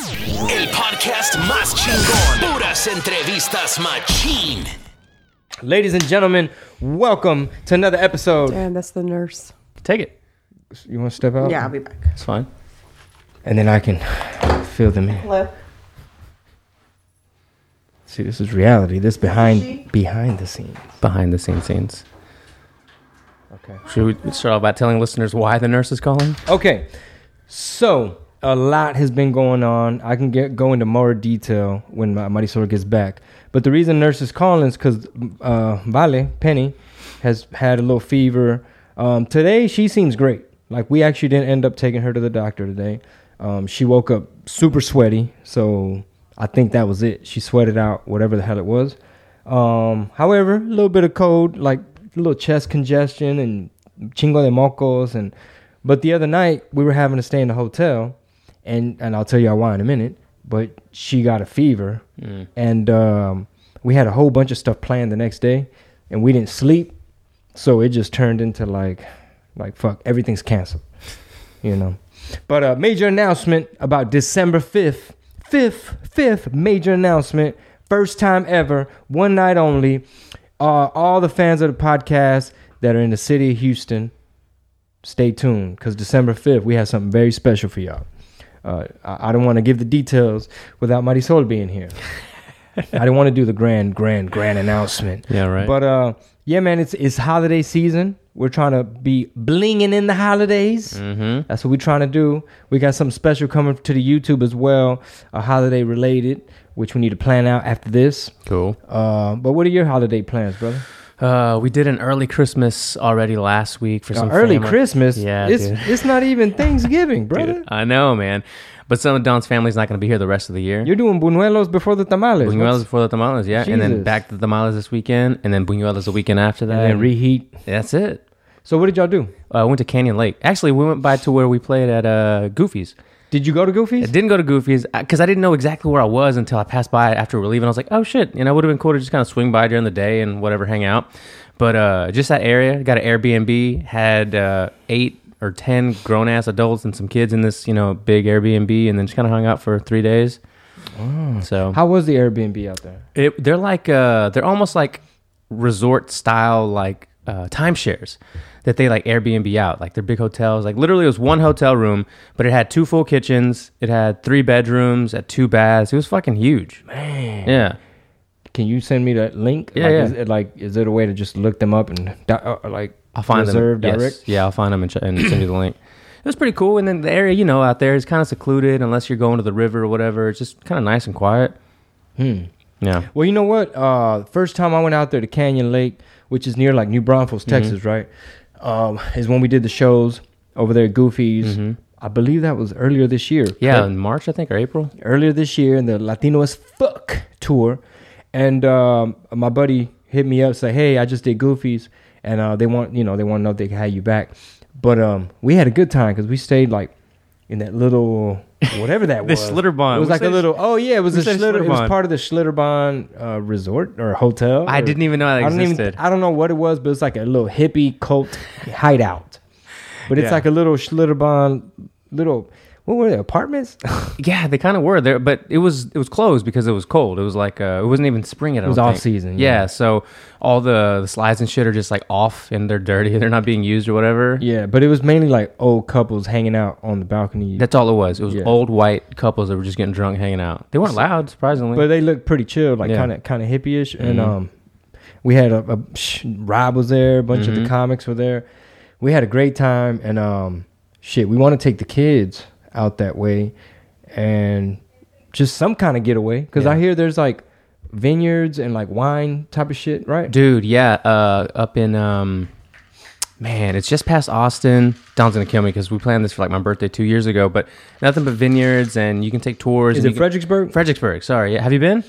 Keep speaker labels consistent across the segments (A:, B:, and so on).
A: El podcast más chingón. Puras entrevistas machín.
B: Ladies and gentlemen, welcome to another episode.
C: And that's the nurse.
B: Take it. You want to step out?
C: Yeah, I'll be back.
B: It's fine. And then I can fill them in.
C: Hello.
B: See, this is reality. This behind behind the scenes.
D: behind the scenes scenes.
B: Okay.
D: Should we start off by telling listeners why the nurse is calling?
B: Okay. So a lot has been going on. I can get go into more detail when my Marisol gets back. But the reason nurse is calling is because uh, Vale Penny has had a little fever. Um, today she seems great. Like we actually didn't end up taking her to the doctor today. Um, she woke up super sweaty, so I think that was it. She sweated out whatever the hell it was. Um, however, a little bit of cold, like a little chest congestion and chingo de mocos, and but the other night we were having to stay in the hotel, and and I'll tell y'all why in a minute. But she got a fever, and um, we had a whole bunch of stuff planned the next day, and we didn't sleep, so it just turned into like, like fuck, everything's canceled, you know. But a major announcement about December fifth, fifth, fifth major announcement, first time ever, one night only. Uh, all the fans of the podcast that are in the city of Houston, stay tuned because December 5th, we have something very special for y'all. Uh, I, I don't want to give the details without Marisol being here. I don't want to do the grand, grand, grand announcement.
D: Yeah, right.
B: But uh, yeah, man, it's it's holiday season. We're trying to be blinging in the holidays. Mm-hmm. That's what we're trying to do. We got something special coming to the YouTube as well, a holiday related, which we need to plan out after this.
D: Cool.
B: Uh, but what are your holiday plans, brother?
D: Uh, we did an early Christmas already last week for some
B: early
D: family-
B: Christmas.
D: Yeah,
B: it's
D: dude.
B: it's not even Thanksgiving, brother.
D: Dude, I know, man. But some of Don's family's not going to be here the rest of the year.
B: You're doing buñuelos before the tamales.
D: Buñuelos before the tamales, yeah, and then
B: Jesus.
D: back to the tamales this weekend, and then buñuelos the weekend after that.
B: and then reheat.
D: That's it.
B: So what did y'all do?
D: Uh, I went to Canyon Lake. Actually, we went by to where we played at uh, Goofy's.
B: Did you go to
D: I
B: Goofy's?
D: didn't go to Goofy's because I didn't know exactly where I was until I passed by after we were leaving. I was like, oh shit, you know, would have been cool to just kind of swing by during the day and whatever, hang out. But uh, just that area, got an Airbnb, had uh, eight or 10 grown ass adults and some kids in this, you know, big Airbnb, and then just kind of hung out for three days. So
B: How was the Airbnb out there?
D: it, they're like, uh, they're almost like resort style, like uh, timeshares that they like Airbnb out. Like they're big hotels. Like literally, it was one hotel room, but it had two full kitchens. It had three bedrooms, at two baths. It was fucking huge. Man. Yeah.
B: Can you send me that link?
D: Yeah,
B: like,
D: yeah.
B: Is it like is it a way to just look them up and di- uh, like
D: I'll find
B: reserve
D: them. Yes.
B: direct?
D: Yeah, I'll find them and, ch- and send you the link. It was pretty cool. And then the area, you know, out there is kind of secluded unless you're going to the river or whatever. It's just kind of nice and quiet. Hmm. Yeah.
B: Well, you know what? Uh, first time I went out there to Canyon Lake, which is near like New Braunfels,
D: Mm-hmm.
B: Texas, right? Um, is when we did the shows over there at Goofy's. I believe that was earlier this year.
D: Mm-hmm. Yeah,
B: correct?
D: in March, I think, or April.
B: earlier this year in the Latino as Fuck tour, and um, my buddy hit me up say, "Hey, I just did Goofies, and uh, they want you know they want to know if they can have you back." But um, we had a good time because we stayed like in that little whatever that
D: The
B: was.
D: Schlitterbahn.
B: It was
D: We
B: like a
D: stayed-
B: little. Oh yeah, it was
D: we
B: a
D: stayed
B: Schlitter, It was
D: Schlitterbahn.
B: part of the Schlitterbahn uh, resort or hotel.
D: I
B: or-
D: didn't even know that
B: I don't
D: existed.
B: I don't know what it was, but it's like a little hippie cult hideout. But it's
D: Yeah.
B: like a little Schlitterbahn, little what were they apartments?
D: Yeah, they kind of were there, but it was it was closed because it was cold. It was like uh, it wasn't even spring. It
B: was off season,
D: Yeah.
B: yeah.
D: so all the, the slides and shit are just like off and they're dirty. They're not being used or whatever.
B: Yeah, but it was mainly like old couples hanging out on the balcony.
D: That's all it was. It was
B: Yeah.
D: old white couples that were just getting drunk, hanging out. They weren't loud, surprisingly.
B: but they looked pretty chill, like
D: Yeah. Mm-hmm.
B: kind of kind of hippie-ish. And um, we had a, a psh, Rob was there, a bunch
D: Mm-hmm.
B: of the comics were there. We had a great time, and um, shit, we want to take the kids out that way, and just some kind of getaway because I
D: Yeah.
B: hear there's like vineyards and like wine type of shit, right?
D: Dude, yeah, uh, up in um, man, it's just past Austin. Don's gonna kill me because we planned this for like my birthday two years ago. But nothing but vineyards, and you can take tours.
B: Is
D: and
B: it
D: you can-
B: Fredericksburg?
D: Fredericksburg. Sorry, yeah. have you been?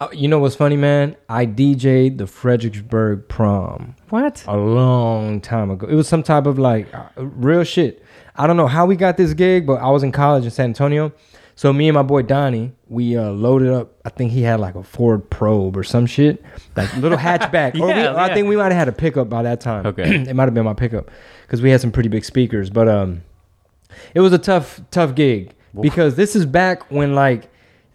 B: Uh, you know what's funny, man? I DJ'd the Fredericksburg prom.
D: What?
B: a long time ago. It was some type of like uh, real shit. I don't know how we got this gig, but I was in college in San Antonio. So me and my boy Donnie, we uh, loaded up. I think he had like a Ford Probe or some shit, like little hatchback. or we,
D: Yeah,
B: or I
D: yeah.
B: think we might have had a pickup by that time.
D: Okay.
B: it might have been my pickup because we had some pretty big speakers. But um, it was a tough, tough gig. because this is back when like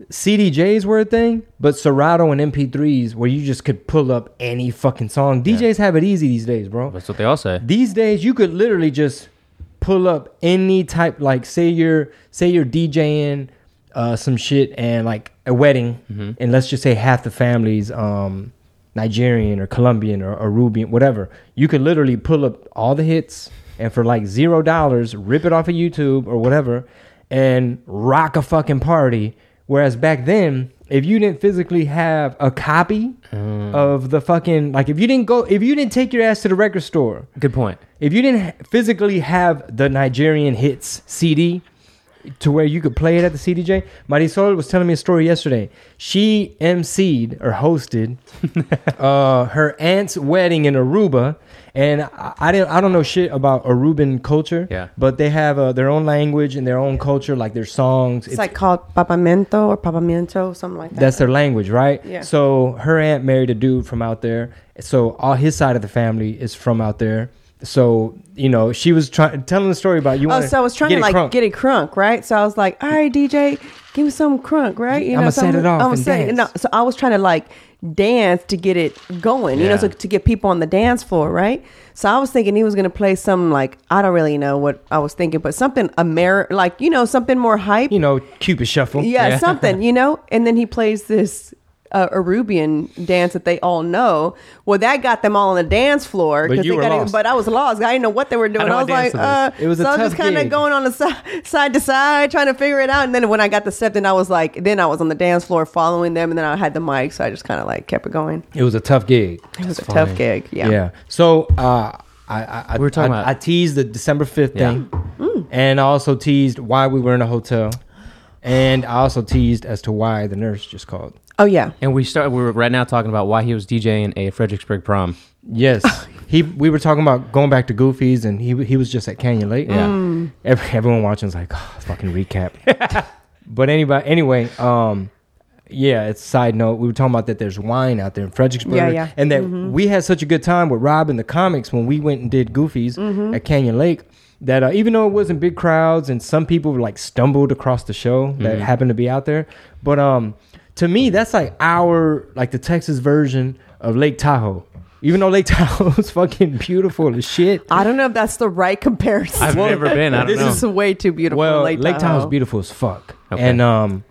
B: CDJs were a thing, but Serato and MP3s where you just could pull up any fucking song. DJs have it easy these days, bro.
D: That's what they all say.
B: These days, you could literally just pull up any type, like say you're say you're DJing uh, some shit and like a wedding, and let's just say half the family's um, Nigerian or Colombian or Arubian, whatever. You could literally pull up all the hits and for like zero dollars, rip it off of YouTube or whatever, and rock a fucking party. Whereas back then, if you didn't physically have a copy of the fucking like, if you didn't go, if you didn't take your ass to the record store,
D: Good point.
B: if you didn't ha- physically have the Nigerian hits CD to where you could play it at the CDJ, Marisol was telling me a story yesterday. She emceed or hosted uh, her aunt's wedding in Aruba, and I, I didn't I don't know shit about Aruban culture,
D: Yeah.
B: but they have uh, their own language and their own culture, like their songs.
C: It's like called papamento or papamiento, something like that.
B: That's their language, right?
C: Yeah.
B: So her aunt married a dude from out there. So all his side of the family is from out there. So you know, she was trying telling the story about you.
C: Oh,
B: wanna
C: so I was trying
B: get
C: to
B: it
C: like
B: crunk.
C: get it crunk, right? So I was like, all right, DJ, give me some crunk, right? You
B: I'ma set
C: something-
B: it off
C: I'ma
B: and
C: set it- no,
B: dance.
C: so I was trying to like dance to get it going, you know,
D: Yeah.
C: so to get people on the dance floor, right? So I was thinking he was gonna play some like I don't really know what I was thinking, but something Ameri like you know something more hype,
B: you know Cupid shuffle.
C: yeah, something, you know. And then he plays this uh, Arubian dance that they all know. Well, that got them all on the dance floor.
B: But
C: 'cause
B: you
C: they
B: were
C: got it-
B: lost.
C: but I was lost. I didn't know what they were doing.
D: do
C: I
D: I
C: was like,
D: dance to this?
C: uh,
B: It was a
C: so I was
B: tough
C: just kind of
B: gig.
C: going on the side, side to side, trying to figure it out. And then when I got the step, then I was like, then I was on the dance floor following them, and then I had the mic, so I just kind of like kept it going.
B: It was a tough gig.
C: It was a
D: funny.
C: tough gig. Yeah.
B: Yeah. So uh, I, I I-
D: We were talking
B: I,
D: about-
B: I teased the December fifth
D: Yeah.
B: thing,
C: Mm.
B: and I also teased why we were in a hotel, and I also teased as to why the nurse just called.
C: Oh yeah.
D: And we start. We were right now talking about why he was DJing a Fredericksburg prom.
B: Yes, he. We were talking about going back to Goofy's, and he he was just at Canyon Lake. Mm.
D: Yeah.
B: Every, everyone watching is like, oh, fucking recap. but anybody, anyway, um, yeah. It's a side note. We were talking about that. There's wine out there in Fredericksburg,
C: Yeah, yeah. Mm-hmm.
B: and that we had such a good time with Rob and the comics when we went and did Goofy's
C: Mm-hmm.
B: at Canyon Lake. That uh, even though it wasn't big crowds and some people like stumbled across the show that happened to be out there, but um, to me that's like our like the Texas version of Lake Tahoe. Even though Lake Tahoe's fucking beautiful as shit,
C: I don't know if that's the right comparison.
D: I've never been. I don't
C: this
D: know.
C: is way too beautiful.
B: well,
C: Lake,
B: Lake,
C: Tahoe.
B: Tahoe's beautiful as fuck.
D: Okay.
B: And um,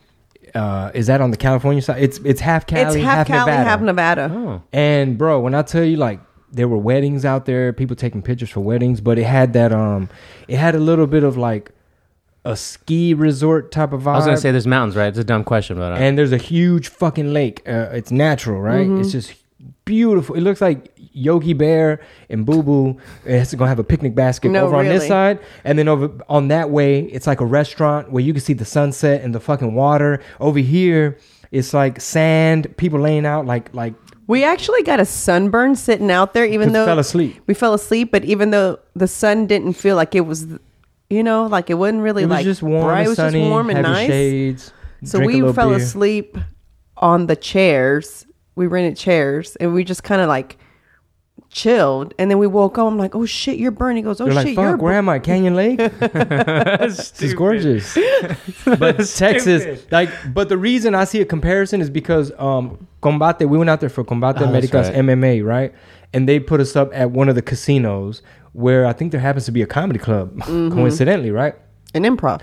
B: uh, is that on the California side? It's it's half Cali,
C: It's half, Cali,
B: Nevada. Oh.
C: half Nevada.
D: Oh.
B: And bro, when I tell you like there were weddings out there, people taking pictures for weddings, but it had that um, it had a little bit of like a ski resort type of vibe.
D: I was gonna say there's mountains, right? It's a dumb question, but uh,
B: and there's a huge fucking lake. Uh, it's natural, right?
C: Mm-hmm.
B: It's just beautiful. It looks like Yogi Bear and Boo Boo. It's gonna have a picnic basket
C: No,
B: over on this
C: really.
B: side, and then over on that way, it's like a restaurant where you can see the sunset and the fucking water. Over here, it's like sand. People laying out like like
C: We actually got a sunburn sitting out there, even
B: 'Cause
C: though
B: fell asleep.
C: We fell asleep, but even though the sun didn't feel like it was, you know, like it wasn't really
B: it was
C: like
B: just warm,
C: bright.
B: and
C: It was
B: sunny,
C: just warm and
B: heavy
C: nice.
B: shades.
C: So
B: drink a
C: we
B: little
C: fell
B: beer.
C: asleep on the chairs. We rented chairs, and we just kind of like chilled. And then we woke up. I'm like, "Oh shit, you're burning." He goes, "Oh
B: They're like,
C: shit, you're
B: fuck, where am I? Canyon Lake? this is gorgeous. But Texas, like, but the reason I see a comparison is because um, Combate, we went out there for Combate Americas
D: right.
B: MMA, right? And they put us up at one of the casinos where I think there happens to be a comedy club, coincidentally, right?
C: an improv."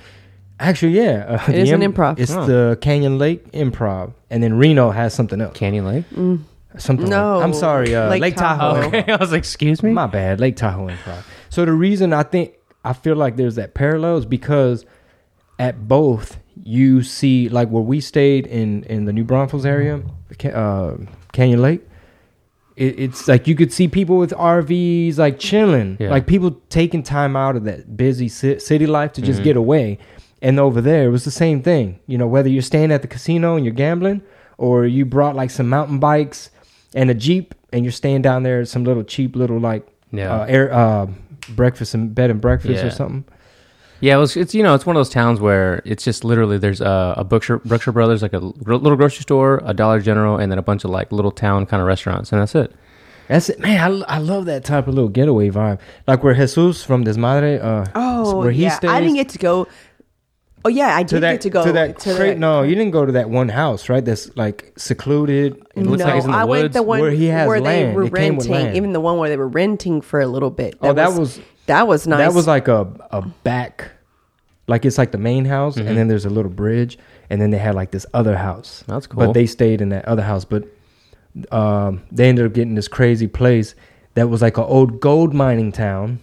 B: Actually, yeah. Uh, the
C: is an improv.
B: It's
D: Huh.
B: the Canyon Lake Improv. And then Reno has something else.
D: Canyon Lake.
B: Something.
C: No,
B: I'm sorry. Uh, Lake,
C: Lake
B: Tahoe.
C: Tahoe.
B: Improv.
D: Okay, I was like, excuse me.
B: My bad, Lake Tahoe Improv. So the reason I think I feel like there's that parallel is because at both you see like where we stayed in in the New Braunfels area, Ca- uh, Canyon Lake. It, it's like you could see people with RVs like chilling,
D: Yeah.
B: like people taking time out of that busy ci- city life to
D: Mm-hmm.
B: just get away. And over there, it was the same thing. You know, whether you're staying at the casino and you're gambling, or you brought like some mountain bikes and a jeep, and you're staying down there at some little cheap little like
D: Yeah.
B: uh, air uh, breakfast and bed and breakfast
D: Yeah.
B: or something.
D: Yeah, it was, it's you know it's one of those towns where it's just literally there's a, a Brookshire, Brookshire Brothers, like a l- little grocery store, a Dollar General, and then a bunch of like little town kind of restaurants, and that's it.
B: That's it, man. I, lo- I love that type of little getaway vibe, like where Jesus from Desmadre, uh,
C: Oh,
B: where he
C: yeah.
B: stays.
C: I didn't get to go Oh yeah, I did
B: to that
C: get to go
B: to that. cra-
C: that-
B: no, you didn't go to that one house, right? That's like secluded. and
D: looks
C: no,
D: like it's in the
C: I went
D: woods
C: the one
B: where he has
C: where they
B: land.
C: were
B: It came with
C: renting,
B: land.
C: even the one where they were renting for a little bit.
B: Oh, that was-
C: that was nice.
B: That was like a a back, like it's like the main house,
C: Mm-hmm.
B: and then there's a little bridge, and then they had like this other house.
D: That's cool.
B: But they stayed in that other house, but um, they ended up getting this crazy place that was like an old gold mining town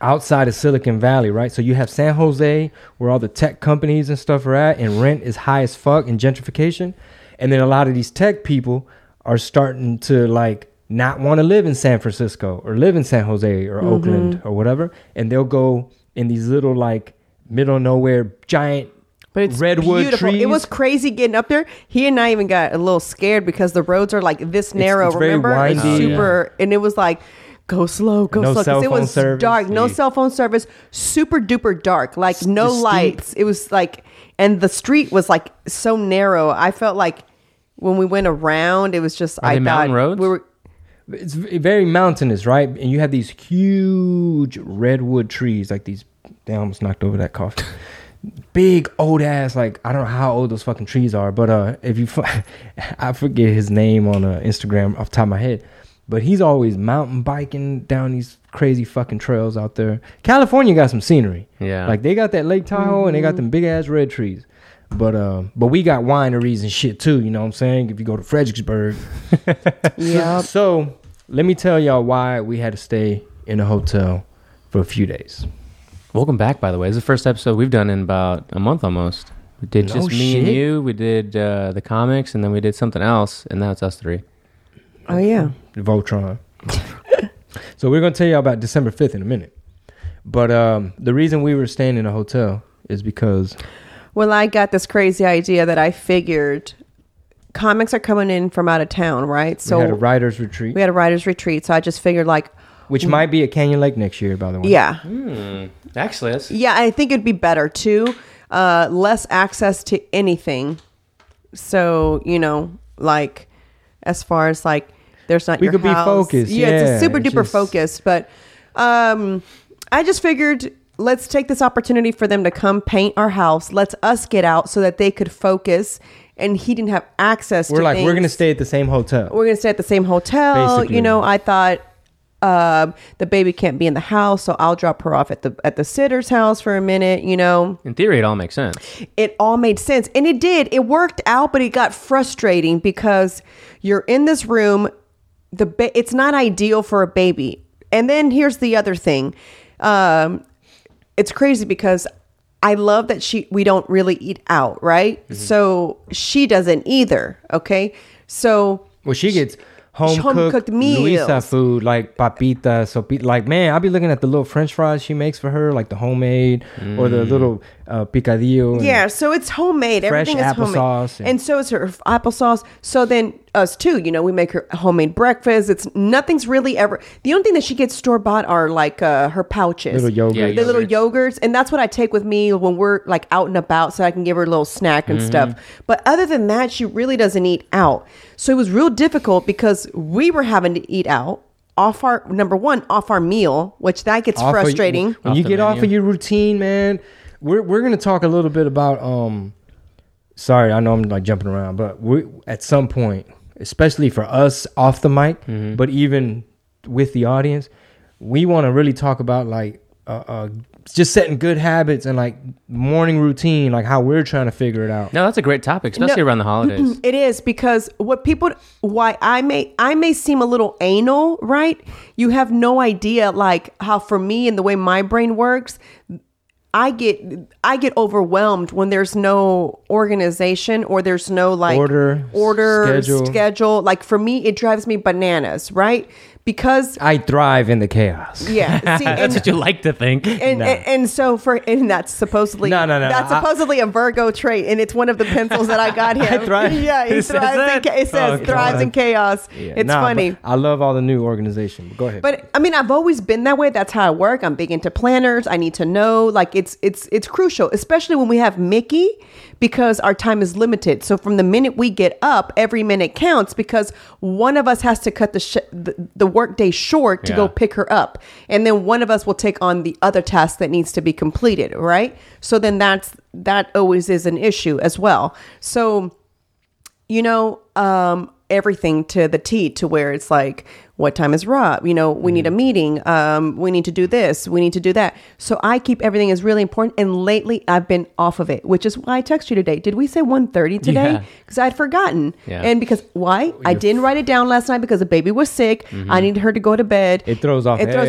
B: outside of Silicon Valley, right? So you have San Jose, where all the tech companies and stuff are at, and rent is high as fuck, and gentrification, and then a lot of these tech people are starting to like not want to live in San Francisco or live in San Jose
C: Mm-hmm.
B: or Oakland or whatever, and they'll go in these little like middle of nowhere giant.
C: But it's
B: redwood
C: beautiful.
B: trees.
C: It was crazy getting up there. He and I even got a little scared because the roads are like this narrow.
B: it's very
C: remember, it's
B: windy. Oh, yeah.
C: super, and it was like go slow, go
B: No
C: slow. 'cause
B: cell
C: it
B: phone
C: was
B: service.
C: dark, no
B: Yeah.
C: cell phone service, super duper dark, like no
B: steep.
C: lights. It was like, and the street was like so narrow. I felt like when we went around, it was just I
D: they
C: thought
D: mountain roads?
C: we were.
B: It's v- very mountainous, right? And you have these huge redwood trees, like these. They almost knocked over that coffee. Big old ass, like I don't know how old those fucking trees are, but uh, if you, fi- I forget his name on uh, Instagram off the top of my head, but he's always mountain biking down these crazy fucking trails out there. California got some scenery,
D: Yeah.
B: Like they got that Lake Tahoe and they got them big ass red trees, but uh, but we got wineries and shit too. You know what I'm saying? If you go to Fredericksburg,
C: Yeah,
B: so let me tell y'all why we had to stay in a hotel for a few days.
D: Welcome back, by the way. This is the first episode we've done in about a month almost. We did
B: No
D: just me and
B: shit.
D: you. We did uh, the comics, and then we did something else, and now it's us three.
C: oh yeah.
B: Voltron. so we're gonna tell y'all about December fifth in a minute. But um, the reason we were staying in a hotel is because
C: Well, I got this crazy idea that I figured comics are coming in from out of town, right? So
B: we had a writers retreat,
C: we had a writer's retreat. So I just figured, like,
B: which might be at Canyon Lake next year, by the way.
C: yeah,
D: Actually, that's
C: yeah, I think it'd be better too. Uh, less access to anything. So, you know, like, as far as like, there's not
B: We
C: your
B: could be
C: house.
B: focused, yeah,
C: it's a super
B: it's
C: duper
B: just-
C: focus. But um, I just figured let's take this opportunity for them to come paint our house. Let's us get out so that they could focus. And he didn't have access.
B: We're
C: to
B: like, we're
C: things
B: gonna stay at the same hotel.
C: we're gonna stay at the same hotel.
B: Basically.
C: You know, I thought um, the baby can't be in the house, so I'll drop her off at the at the sitter's house for a minute. You know,
D: in theory, it all makes sense.
C: it all made sense, and it did. It worked out, but it got frustrating because you're in this room. The ba- it's not ideal for a baby. And then here's the other thing. Um, it's crazy because I love that she we don't really eat out, right? So she doesn't either. Okay, so
B: Well, she gets home, cooked,
C: home-cooked meals.
B: Luisa food like papita, so like man, I'll be looking at the little French fries she makes for her, like the homemade or the little uh, picadillo. and-
C: Mm. Yeah, so it's homemade.
B: Fresh
C: Everything is homemade.
B: applesauce and-
C: And, so is her applesauce. So then us too, you know, we make her homemade breakfast. It's nothing's really ever. The only thing that she gets store bought are like uh, her pouches,
B: Little yogurt.
D: Yeah,
C: the little yogurts, and that's what I take with me when we're like out and about, so I can give her a little snack and stuff.
B: Mm-hmm.
C: But other than that, she really doesn't eat out. So it was real difficult because we were having to eat out off our number one off our meal, which that gets
B: off of-
C: frustrating.
B: when
D: Off
B: you
D: the
B: get off of
D: menu.
B: your routine, man, we're we're gonna talk a little bit about. um Sorry, I know I'm like jumping around, but we at some point, especially for us off the mic,
D: Mm-hmm.
B: but even with the audience, we want to really talk about like uh, uh just setting good habits and like morning routine, like how we're trying to figure it out.
D: No, that's a great topic, especially
C: No.
D: around the holidays.
C: It is because what people why I may I may seem a little anal, right? You have no idea like how for me and the way my brain works, I get I get overwhelmed when there's no organization or there's no like
B: Order,
C: order
B: schedule.
C: schedule. Like for me it drives me bananas, right? Because
B: I thrive in the chaos.
C: yeah, see,
D: that's
C: and,
D: what you like to think.
C: and, and and so for and that's supposedly
B: No, no, no,
C: that's
B: no, I-
C: supposedly a Virgo trait and it's one of the pencils that I got him.
B: thrive-
C: Yeah,
D: It
C: he
D: says
C: thrives. In,
D: that?
C: cha- it says
D: Oh,
C: thrives in
B: God.
C: chaos. It's
B: Nah,
C: funny.
B: but I love all the new organization. But go ahead.
C: But I mean, I've always been that way. That's how I work. I'm big into planners. I need to know. Like it's it's it's crucial, especially when we have Mickey, because our time is limited. So from the minute we get up, every minute counts because one of us has to cut the sh- the, the workday short to
D: Yeah.
C: go pick her up. And then one of us will take on the other task that needs to be completed, right? So then that's that always is an issue as well. So you know, um, everything to the T to where it's like, what time is Rob? You know, we need a
B: Mm-hmm.
C: meeting. Um, we need to do this. We need to do that. So I keep everything is really important. And lately I've been off of it, which is why I text you today. Did we say 1.30
D: Yeah.
C: today? Because I'd forgotten.
D: Yeah.
C: And because why? I didn't write it down last night because the baby was sick. I needed her to go to bed.
B: Mm-hmm. It throws off
C: It throws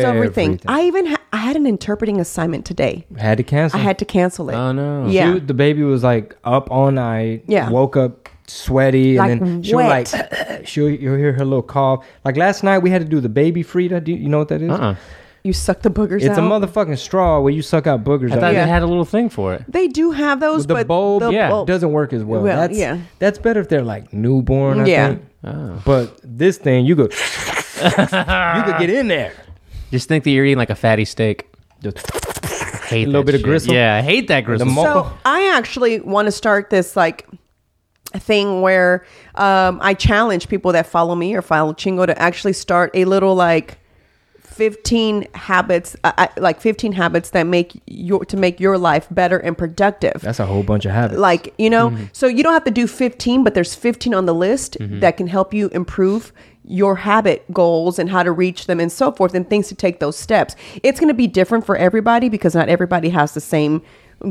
B: everything.
C: everything. I even ha- I had an interpreting assignment today.
B: Had to cancel.
C: I had to cancel it.
D: Oh, no.
C: Yeah.
B: Dude, the baby was like up all night.
C: Yeah.
B: Woke up sweaty
C: Like,
B: and then she'll
C: wet.
B: like she'll you'll hear her little cough. Like last night we had to do the baby Frida. Do you, you know what that is?
D: Uh-uh.
C: you suck the boogers
B: It's
C: out.
B: a motherfucking straw where you suck out boogers.
D: I
B: out.
D: thought
C: Yeah.
D: they had a little thing for it.
C: They do have those,
B: the
C: but
B: bulb,
C: the
D: yeah,
C: bulb-
B: doesn't work as well.
C: Well,
B: that's,
C: yeah.
B: that's better if they're like newborn. I
C: Yeah.
B: think. But this thing, you could you could get in there.
D: Just think that you're eating like a fatty steak.
B: Just
D: Hate
B: A little
D: that
B: bit of
D: shit.
B: gristle?
D: Yeah, I hate that gristle.
B: mo-
C: So I actually want to start this like thing where um, I challenge people that follow me or follow Chingo to actually start a little like 15 habits uh, uh, like 15 habits that make your to make your life better and productive
B: that's a whole bunch of habits.
C: like you know
D: Mm-hmm.
C: so you don't have to do 15 but there's 15 on the list that can help you improve your habit goals and how to reach them and so forth and things to take those steps it's going to be different for everybody because not everybody has the same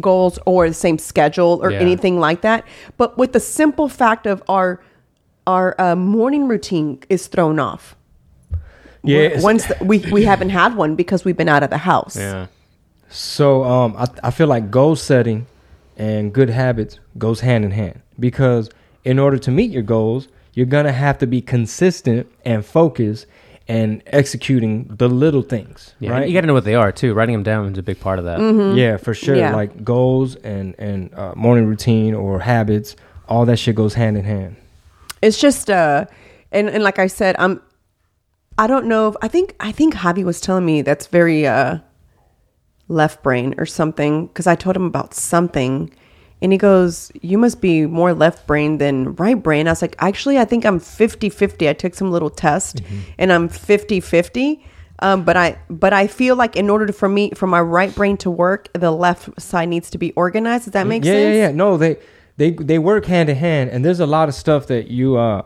C: goals or the same schedule or
D: Yeah.
C: anything like that but with the simple fact of our our uh, morning routine is thrown off
B: yeah.
C: once th- we we haven't had one because we've been out of the house
D: yeah.
B: So um, I, I feel like goal setting and good habits goes hand in hand because in order to meet your goals, you're gonna have to be consistent and focused and executing the little things.
D: Yeah,
B: right? Mm-hmm.
D: You got to know what they are too. Writing them down is a big part of that.
B: Yeah, for sure.
C: Yeah.
B: Like goals and and uh, morning routine or habits, all that shit goes hand in hand.
C: it's just uh and and like i said i'm i don't know if i think i think javi was telling me that's very uh left brain or something because i told him about something and he goes you must be more left brain than right brain i was like actually i think i'm 50-50 i took some little test
B: Mm-hmm.
C: and i'm 50-50 um, but i but i feel like in order to, for me for my right brain to work the left side needs to be organized does that make
B: Mm-hmm. yeah,
C: sense
B: yeah, yeah. No, they they they work hand in hand, and there's a lot of stuff that you uh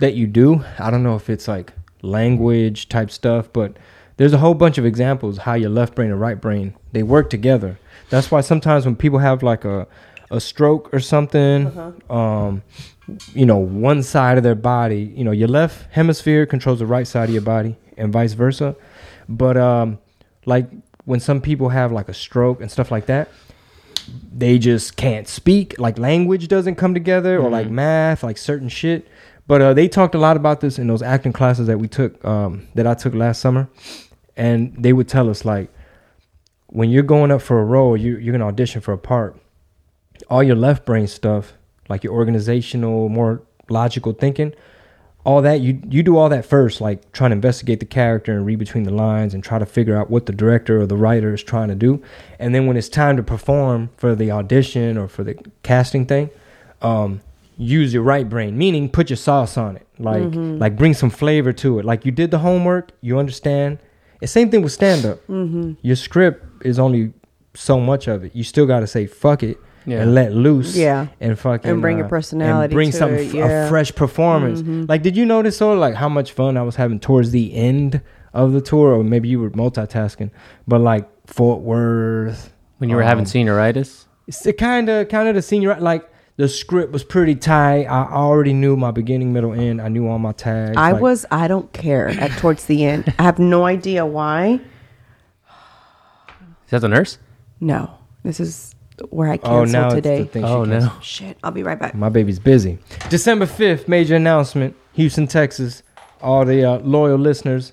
B: that you do. I don't know if it's like language type stuff, but there's a whole bunch of examples how your left brain and right brain they work together. That's why sometimes when people have like a a stroke or something,
C: Uh-huh.
B: um, you know, one side of their body, you know, your left hemisphere controls the right side of your body, and vice versa. But um, like when some people have like a stroke and stuff like that, they just can't speak like language doesn't come together or like math like certain shit but uh, they talked a lot about this in those acting classes that we took um, that i took last summer and they would tell us like when you're going up for a role you, you're going to audition for a part all your left brain stuff like your organizational more logical thinking all that you you do all that first like trying to investigate the character and read between the lines and try to figure out what the director or the writer is trying to do and then when it's time to perform for the audition or for the casting thing um use your right brain meaning put your sauce on it like like bring some flavor to it like you did the homework you understand and same thing with stand up your script is only so much of it you still got to say fuck it
D: Yeah.
B: and let loose
C: Yeah.
B: and fucking uh,
C: And bring your
B: and
C: personality
B: bring
C: to
B: something
C: it,
B: f- a
C: yeah. Mm-hmm.
B: fresh performance. Like, did you notice sort of like how much fun I was having towards the end of the tour, or maybe you were multitasking, but like Fort Worth,
D: When you were having
B: um,
D: senioritis,
B: it's kind of kind of the senior like. The script was pretty tight. I already knew my beginning, middle, end. I knew all my tags.
C: I
B: like-
C: was. I don't care. At towards the end, I have no idea why.
D: is that the nurse?
C: No, this is where I
B: Oh,
C: canceled
B: now
C: today.
B: it's the thing. she
D: Oh
B: canceled.
D: no.
C: Shit, I'll be right back.
B: My baby's busy. December 5th, major announcement. Houston, Texas. All the uh, loyal listeners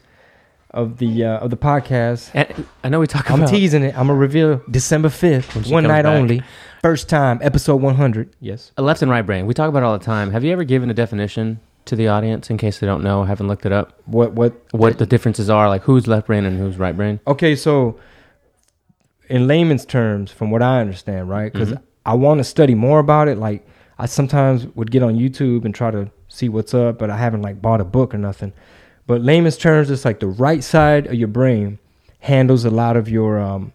B: of the uh, of the podcast.
D: And I know we talk
B: I'm
D: about.
B: teasing it. I'm gonna reveal December 5th,
D: she
B: one
D: comes
B: night
D: back.
B: only. First time, episode 100. Yes.
D: A left and right brain. We talk about it all the time. Have you ever given a definition to the audience in case they don't know, haven't looked it up,
B: What what
D: what the differences are, like who's left brain and who's right brain?
B: Okay, so in layman's terms, from what I understand, right? Because I want to study more about it. Like I sometimes would get on YouTube and try to see what's up, but I haven't like bought a book or nothing. But layman's terms, it's like the right side of your brain handles a lot of your um,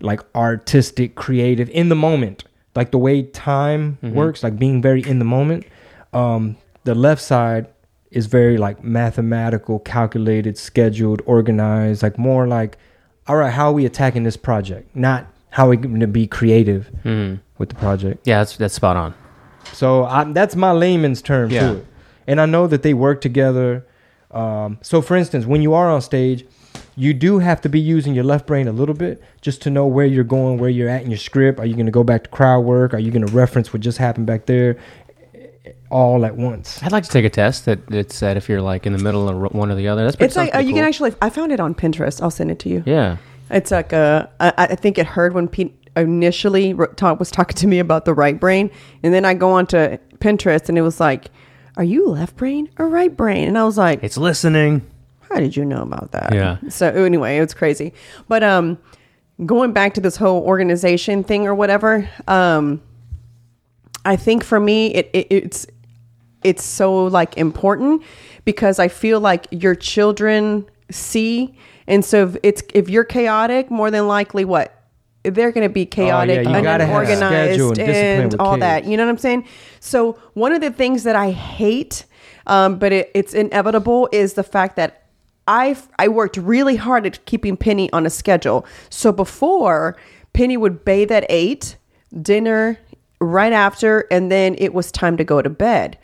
B: like artistic, creative in the moment, like the way time works, like being very in the moment. Um, the left side is very like mathematical, calculated, scheduled, organized, like more like, all right, how are we attacking this project? Not how are we going to be creative with the project.
D: Yeah, that's that's spot on.
B: So I, that's my layman's term
D: Yeah.
B: to it. And I know that they work together. Um, so, for instance, when you are on stage, you do have to be using your left brain a little bit just to know where you're going, where you're at in your script. Are you going to go back to crowd work? Are you going to reference what just happened back there? All at once.
D: I'd like to take a test that it said if you're like in the middle of one or the other. That's pretty,
C: It's like uh,
D: sounds
C: you
D: pretty
C: can
D: cool.
C: actually. I found it on Pinterest. I'll send it to you.
D: Yeah.
C: It's like a. I, I think it heard when Pete initially wrote- ta- was talking to me about the right brain, and then I go on to Pinterest, and it was like, "Are you left brain or right brain?" And I was like,
D: It's listening.
C: how did you know about that?
D: Yeah.
C: So anyway, it was crazy. But um, going back to this whole organization thing or whatever, um, I think for me it, it it's it's so like important because I feel like your children see, and so if it's if you're chaotic, more than likely what they're going to be chaotic,
B: Oh, you gotta have
C: unorganized,
B: schedule and discipline
C: and
B: with
C: all
B: kids.
C: that. You know what I'm saying? So one of the things that I hate, um, but it, it's inevitable, is the fact that I I worked really hard at keeping Penny on a schedule. So before Penny would bathe at eight, dinner right after, and then it was time to go to bed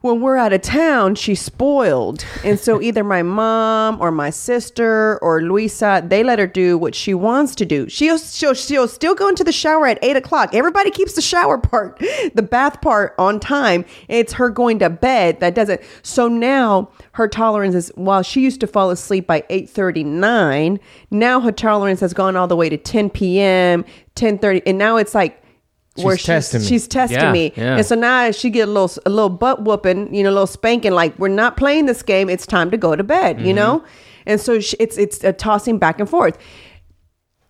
C: when we're out of town, she's spoiled. And so either my mom or my sister or Luisa, they let her do what she wants to do. She'll, she'll, she'll still go into the shower at eight o'clock. Everybody keeps the shower part, the bath part on time. It's her going to bed that doesn't. So now her tolerance is, while she used to fall asleep by 8.39, now her tolerance has gone all the way to 10 p.m., 10.30. And now it's like, where she's,
B: testing me.
C: she's testing
D: Yeah,
C: me.
D: yeah.
C: And so now she get a little a little butt whooping, you know, a little spanking. Like we're not playing this game. It's time to go to bed,
B: Mm-hmm.
C: you know. And so she, it's it's a tossing back and forth,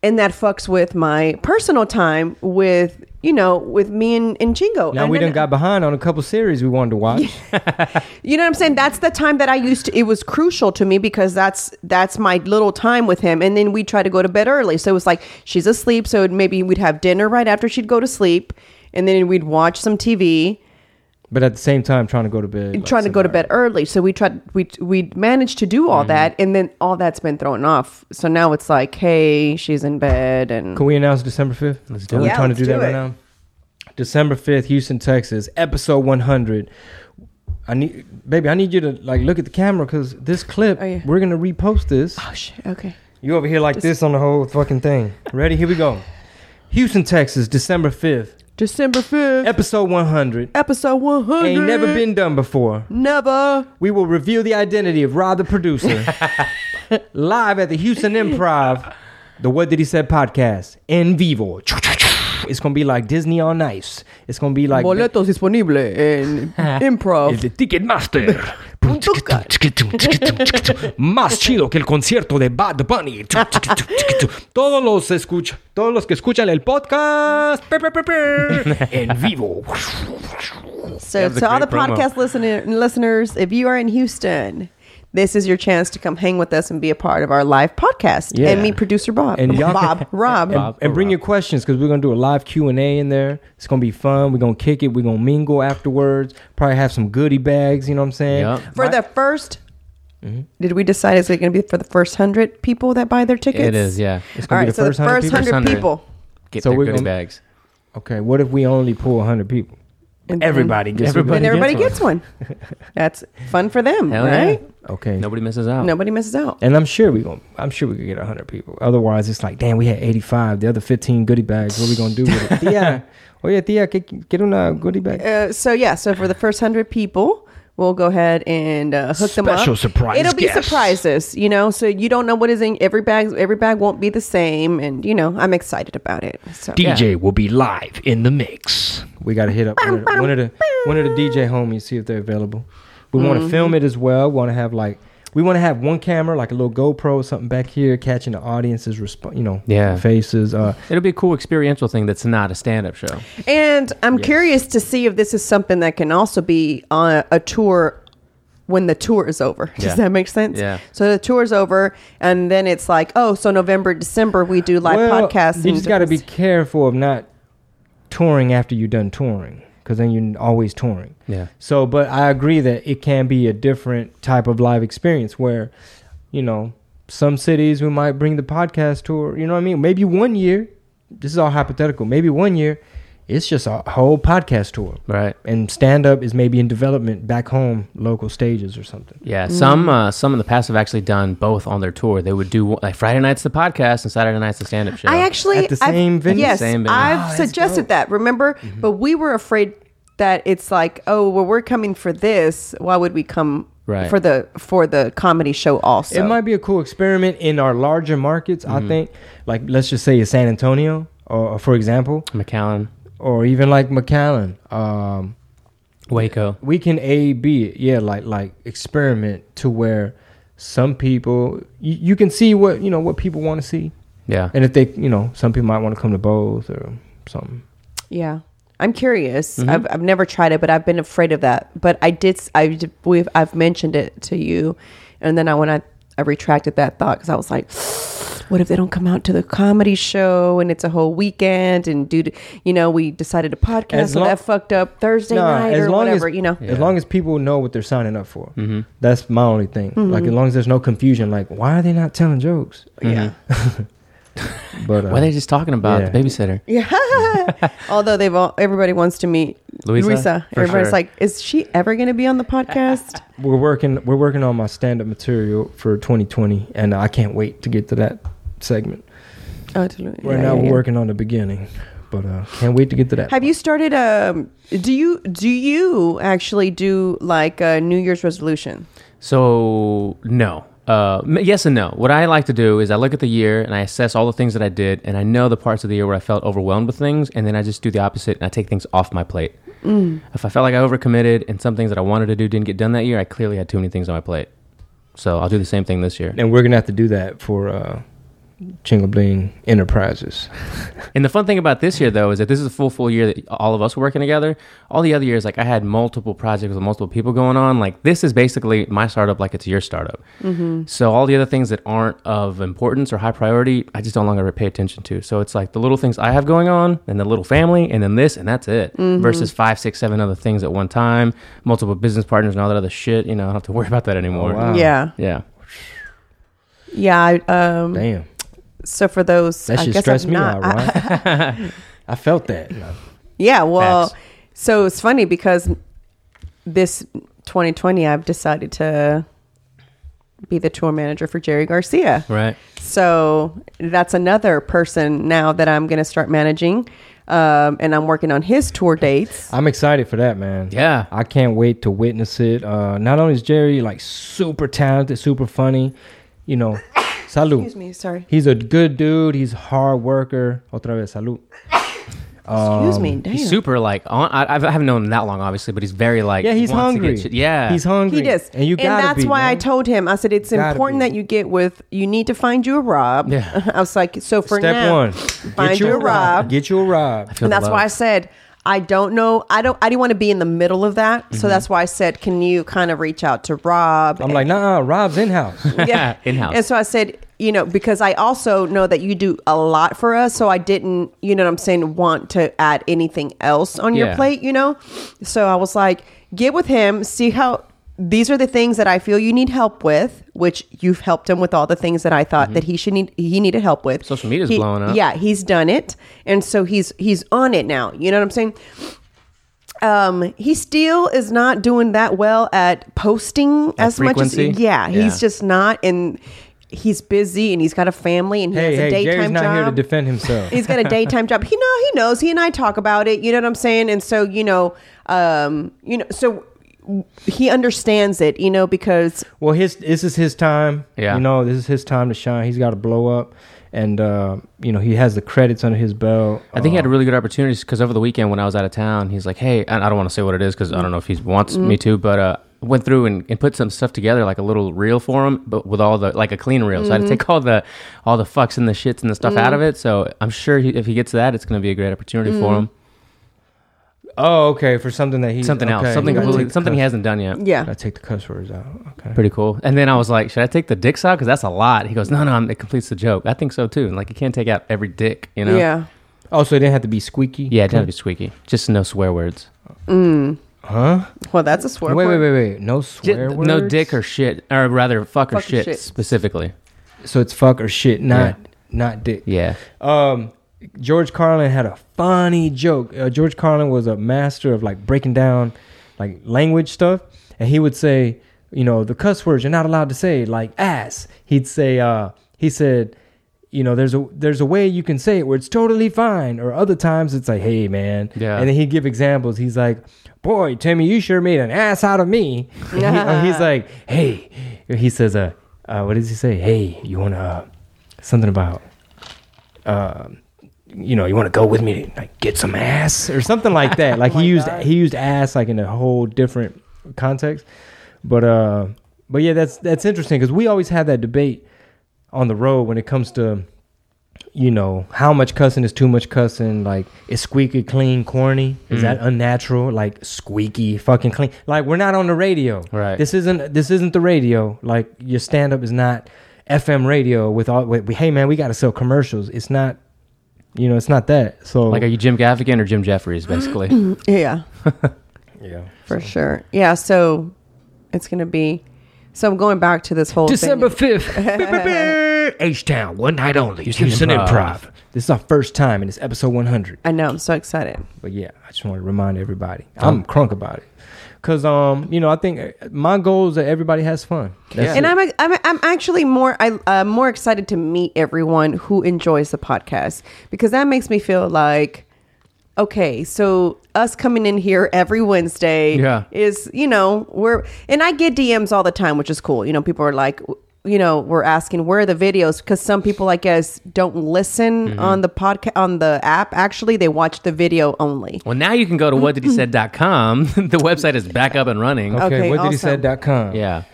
C: and that fucks with my personal time with you know with me and, and Chingo.
B: Now
C: and
B: we
C: then-
B: done got behind on a couple series we wanted to watch.
C: you know what I'm saying? That's the time that I used to. It was crucial to me because that's that's my little time with him. And then we try to go to bed early, so it was like she's asleep. So maybe we'd have dinner right after she'd go to sleep, and then we'd watch some TV.
B: But at the same time, trying to go to bed. like,
C: trying to go to
B: somewhere.
C: bed early. So we tried we we managed to do all
B: Mm-hmm.
C: that and then all that's been thrown off. So now it's like, hey, she's in bed and
B: Can we announce December 5th? Let's do
C: it.
B: We're
C: Yeah,
B: trying to
C: let's
B: do that
C: do
B: right
C: it.
B: now. December 5th, Houston, Texas, episode 100. I need, baby, I need you to like look at the camera because this clip,
C: Oh, yeah.
B: we're going to repost this.
C: oh shit, okay.
B: You over here like this on the whole fucking thing. Ready? Here we go. Houston, Texas, December 5th,
C: December 5th,
B: episode 100.
C: episode 100.
B: Ain't never been done before.
C: never.
B: We will reveal the identity of Rob the producer live at the Houston Improv, the What Did He Said podcast, in vivo. It's gonna be like Disney on Ice. It's gonna be like
C: Boletos disponible en improv.
B: de Ticketmaster. Más chido que el concierto de Bad Bunny. Todos los escucha, todos los que escuchan el podcast pe, pe, pe, pe, en vivo.
C: So
D: was a
C: to all the
D: great promo.
C: podcast listener, listeners, if you are in Houston, this is your chance to come hang with us and be a part of our live podcast.
B: Yeah.
C: And me, producer Bob.
B: And y'all-
C: Bob, Rob.
B: and, and bring your questions because we're gonna do a live Q and A in there. It's gonna be fun. We're gonna kick it. We're gonna mingle afterwards. Probably have some goodie bags. You know what I'm saying?
D: Yup.
C: for the 1st Did we decide is it going to be for the first hundred people that buy their tickets?
D: It is, yeah. It's
C: All
B: gonna
C: right,
B: be the
C: so
B: first 100
C: the first
B: people?
C: hundred
D: First 100.
C: people.
D: Get
B: So
D: their
B: we're
D: goodie
B: gonna-
D: bags.
B: Okay. What if we only pull 100 people?
C: And then-
B: Everybody gets a
D: Everybody
C: Then
B: goodie
C: everybody
D: gets
C: gets one. That's fun for them,
D: Hell yeah.
C: right?
B: bag? Okay.
D: Nobody misses out.
C: Nobody misses out.
B: And I'm sure we gonna, I'm sure we could get 100 people. Otherwise, it's like, damn, we had 85. The other 15 goodie bags. What we gonna do with it? Oh, Tía, oye, tía, que get una goodie bag.
C: Uh, so yeah, so for the first hundred people, we'll go ahead and uh, hook them up.
A: Special surprise
C: It'll be
A: guest.
C: surprises, you know. So you don't know what is in every bag. Every bag won't be the same, and you know I'm excited about it. So
A: DJ will be live in the mix.
B: We gotta hit up one of, the, one of the one of the DJ homies see if they're available. We want to film it as well. Want to have like we want to have one camera, like a little GoPro or something back here, catching the audience's resp- you know
D: Yeah.
B: faces. Uh,
D: It'll be a cool experiential thing that's not a stand-up show.
C: And I'm curious to see if this is something that can also be on a tour when the tour is over. Does
D: Yeah.
C: that make sense?
D: Yeah.
C: So the tour is over, and then it's like, oh, so November, December, we do live
B: Well,
C: podcasts.
B: You
C: and
B: just got to be careful of not touring after you're done touring, because then you're always touring.
D: Yeah.
B: So, but I agree that it can be a different type of live experience where, you know, some cities we might bring the podcast tour. You know what I mean? Maybe one year. This is all hypothetical. Maybe one year, it's just a whole podcast tour,
D: Right.
B: and stand up is maybe in development back home, local stages or something.
D: Yeah,
C: Mm-hmm.
D: some uh, some in the past have actually done both on their tour. They would do like Friday nights the podcast and Saturday nights the stand up show.
C: I actually
B: At the
C: I've-
B: same venue?
C: Yes,
D: Same venue. Mm-hmm.
B: Oh,
C: I've
B: that's
C: suggested that. Remember, but we were afraid that it's like, oh, well, we're coming for this. Why would we come
D: Right.
C: for the for the comedy show also?
B: It might be a cool experiment in our larger markets. I think, like let's just say San Antonio, or, or for example,
D: McAllen,
B: or even like McAllen. Um,
D: Waco.
B: we can A B it, yeah, like like experiment to where some people you, you can see what you know what people want to see,
D: Yeah.
B: and if they you know some people might want to come to both or something.
C: Yeah. I'm curious.
B: Mm-hmm.
C: I've, I've never tried it, but I've been afraid of that. But I did. s- I d- we've I've mentioned it to you, and then I when I I retracted that thought because I was like, what if they don't come out to the comedy show and it's a whole weekend and due to you know we decided to podcast
B: As
C: so
B: long-
C: that fucked up Thursday
B: Nah,
C: night or whatever
B: as,
C: you know.
B: as long as people know what they're signing up for. That's my only thing. Like as
C: Mm-hmm.
B: long as there's no confusion, like why are they not telling jokes?
C: Yeah.
B: But uh,
D: What are they just talking about?
B: Yeah.
D: The babysitter.
B: Mm-hmm.
C: Yeah. Although they've all, everybody wants to meet
D: Louisa?
C: Louisa.
D: For
C: Everybody's
D: sure.
C: like, is she ever going to be on the podcast?
B: we're working we're working on my stand up material for 2020, and I can't wait to get to that segment.
C: oh, totally.
B: Right
C: Yeah,
B: now
C: yeah,
B: we're
C: yeah.
B: working on the beginning, but uh, can't wait to get to that.
C: Have you started? Um, do you do you actually do like a New Year's resolution?
D: So no. Uh, m- yes and no. What I like to do is I look at the year and I assess all the things that I did, and I know the parts of the year where I felt overwhelmed with things, and then I just do the opposite and I take things off my plate. If I felt like I overcommitted and some things that I wanted to do didn't get done that year, I clearly had too many things on my plate. So I'll do the same thing this year.
B: and we're gonna have to do that for uh, Chingle Bling Enterprises.
D: And the fun thing about this year, though, is that this is a full full year that all of us were working together. All the other years, like I had multiple projects with multiple people going on. Like this is basically my startup, like it's your startup.
B: Mm-hmm.
D: So all the other things that aren't of importance or high priority, I just don't longer pay attention to. So it's like the little things I have going on, and the little family, and then this, and that's it.
B: Mm-hmm.
D: Versus five, six, seven other things at one time, multiple business partners, and all that other shit. You know, I don't have to worry about that anymore.
B: wow. Oh.
C: Yeah,
D: Yeah.
C: yeah. I, um,
B: Damn,
C: so for those,
B: that
C: I
B: should
C: guess
B: stress
C: I've
B: me
C: not,
B: out.
C: I-
B: Right? I felt that.
C: yeah. Well,
D: Facts.
C: so it's funny because this 2020, I've decided to be the tour manager for Jerry Garcia.
D: Right.
C: So that's another person now that I'm going to start managing, um, and I'm working on his tour dates.
B: I'm excited for that, man.
D: Yeah.
B: I can't wait to witness it. Uh, not only is Jerry like super talented, super funny, you know, salud.
C: Excuse me, sorry.
B: He's a good dude. He's a hard worker. Otra vez, salud.
C: Excuse me.
B: Um,
C: Damn.
D: He's super like on. I, I've- I haven't known him that long, obviously, but he's very like
B: Yeah, he's
D: wants to get
B: hungry.
D: shit- Yeah,
B: he's hungry.
C: He does,
B: and you gotta
C: that's
B: be,
C: why I
B: man.
C: told him. I said it's
B: Gotta
C: important
B: be.
C: that you get with. You need to find you a Rob.
D: Yeah.
C: I was like, so for
B: Step
C: now,
B: one,
C: find you a Rob.
B: Get you a Rob.
C: and
D: feel the
C: that's
D: love.
C: why I said I don't know. I don't. I didn't want to be in the middle of that.
B: Mm-hmm.
C: So that's why I said, can you kind of reach out to Rob?
B: I'm like, nah, Rob's in house.
C: yeah.
D: In-house.
C: And so I said, you know, because I also know that you do a lot for us. So I didn't, you know what I'm saying, want to add anything else on
D: Yeah.
C: your plate, you know? So I was like, get with him, see how these are the things that I feel you need help with, which you've helped him with all the things that I thought that he should need he needed help with.
D: Mm-hmm. Social media's
C: He-
D: blowing up.
C: Yeah, he's done it. And so he's he's on it now. You know what I'm saying? um he still is not doing that well at posting as
D: frequency?
C: much as yeah he's
D: Yeah.
C: just not and he's busy and he's got a family and he
B: hey,
C: has a
B: hey,
C: daytime
B: Jerry's not
C: job
B: here to defend himself.
C: he's got a daytime job he know he knows he and i talk about it you know what i'm saying and so you know um you know so he understands it you know because
B: well, his this is his time.
D: Yeah.
B: you know, this is his time to shine. He's got to blow up, and uh, you know, he has the credits under his belt.
D: I think he had a really good opportunity because over the weekend when I was out of town, he's like, "Hey," and I don't want to say what it is because I don't know if he wants
B: Mm.
D: me to, but uh, went through and, and put some stuff together, like a little reel for him, but with all the like a clean reel. So
B: Mm-hmm.
D: I had to take all the all the fucks and the shits
B: Mm.
D: and the stuff out of it. So I'm sure he, if he gets that, it's going to be a great opportunity for him.
B: Oh, okay. For something that he
D: Something
B: okay.
D: else, something
B: Gotta take
D: completely,
B: the
D: something he
B: cuss-
D: hasn't done yet.
C: Yeah.
B: Gotta take the cuss words out. Okay.
D: Pretty cool. And then I was like, should I take the dicks out? Because that's a lot. He goes, no, no, I'm- it completes the joke. I think so too. And like, you can't take out every dick, you know?
C: Yeah.
B: Also, Oh, it didn't have to be squeaky.
D: Yeah, it doesn't have to be squeaky. Just no swear words.
C: Mm.
B: Huh?
C: Well, that's a swear
B: wait,
C: word.
B: wait, wait, wait. No
D: Just-
B: swear words.
D: no dick or shit, or rather, fuck, or
C: Fuck or
D: shit,
C: shit.
D: specifically.
B: So it's fuck or shit, not not dick.
D: Yeah.
B: Um, George Carlin had a funny joke. Uh, George Carlin was a master of like breaking down like language stuff, and he would say, you know, the cuss words you're not allowed to say, like ass. He'd say, uh, he said, you know, there's a there's a way you can say it where it's totally fine, or other times it's like, hey man,
D: Yeah.
B: And then he'd give examples. He's like, boy, Timmy, you sure made an ass out of me. And he- uh, he's like, hey, he says, uh, uh, what does he say? Hey, you wanna uh, something about um, you know, you want to go with me to like get some ass or something like that. Like he used he used ass like in a whole different context. But uh, but yeah, that's that's interesting because we always have that debate on the road when it comes to you know how much cussing is too much cussing. Like is squeaky clean corny?
D: Mm.
B: Is that unnatural? Like squeaky fucking clean? Like we're not on the radio.
D: Right.
B: This isn't this isn't the radio. Like your stand up is not FM radio with all. With, hey man, we got to sell commercials. It's not. You know, it's not that. So
D: Like, are you Jim Gaffigan or Jim Jeffries, basically?
C: Yeah,
B: yeah.
C: for sure. Yeah. So it's going to be. So I'm going back to this whole thing.
A: December 5th, H Town, one night only.
D: Houston
A: Houston, Improv.
D: Improv.
B: This is our first time, and it's episode 100.
C: I know. I'm so excited.
B: But yeah, I just want to remind everybody, I'm crunk about it, cause um, you know, I think uh, my goal is that everybody has fun. That's
C: And
B: it.
C: I'm, I'm I'm actually more I uh, more excited to meet everyone who enjoys the podcast because that makes me feel like okay, so us coming in here every Wednesday
D: Yeah.
C: is you know we're and I get DMs all the time, which is cool. You know, people are like. You know, we're asking where are the videos because some people, I guess, don't listen
D: Mm-hmm.
C: on the podcast on the app. Actually, they watch the video only.
D: well, now you can go to whatdidhesaid.com. the website is back up and running.
B: okay.
C: okay,
B: what did he say?
C: awesome.
B: Dot com.
D: Yeah.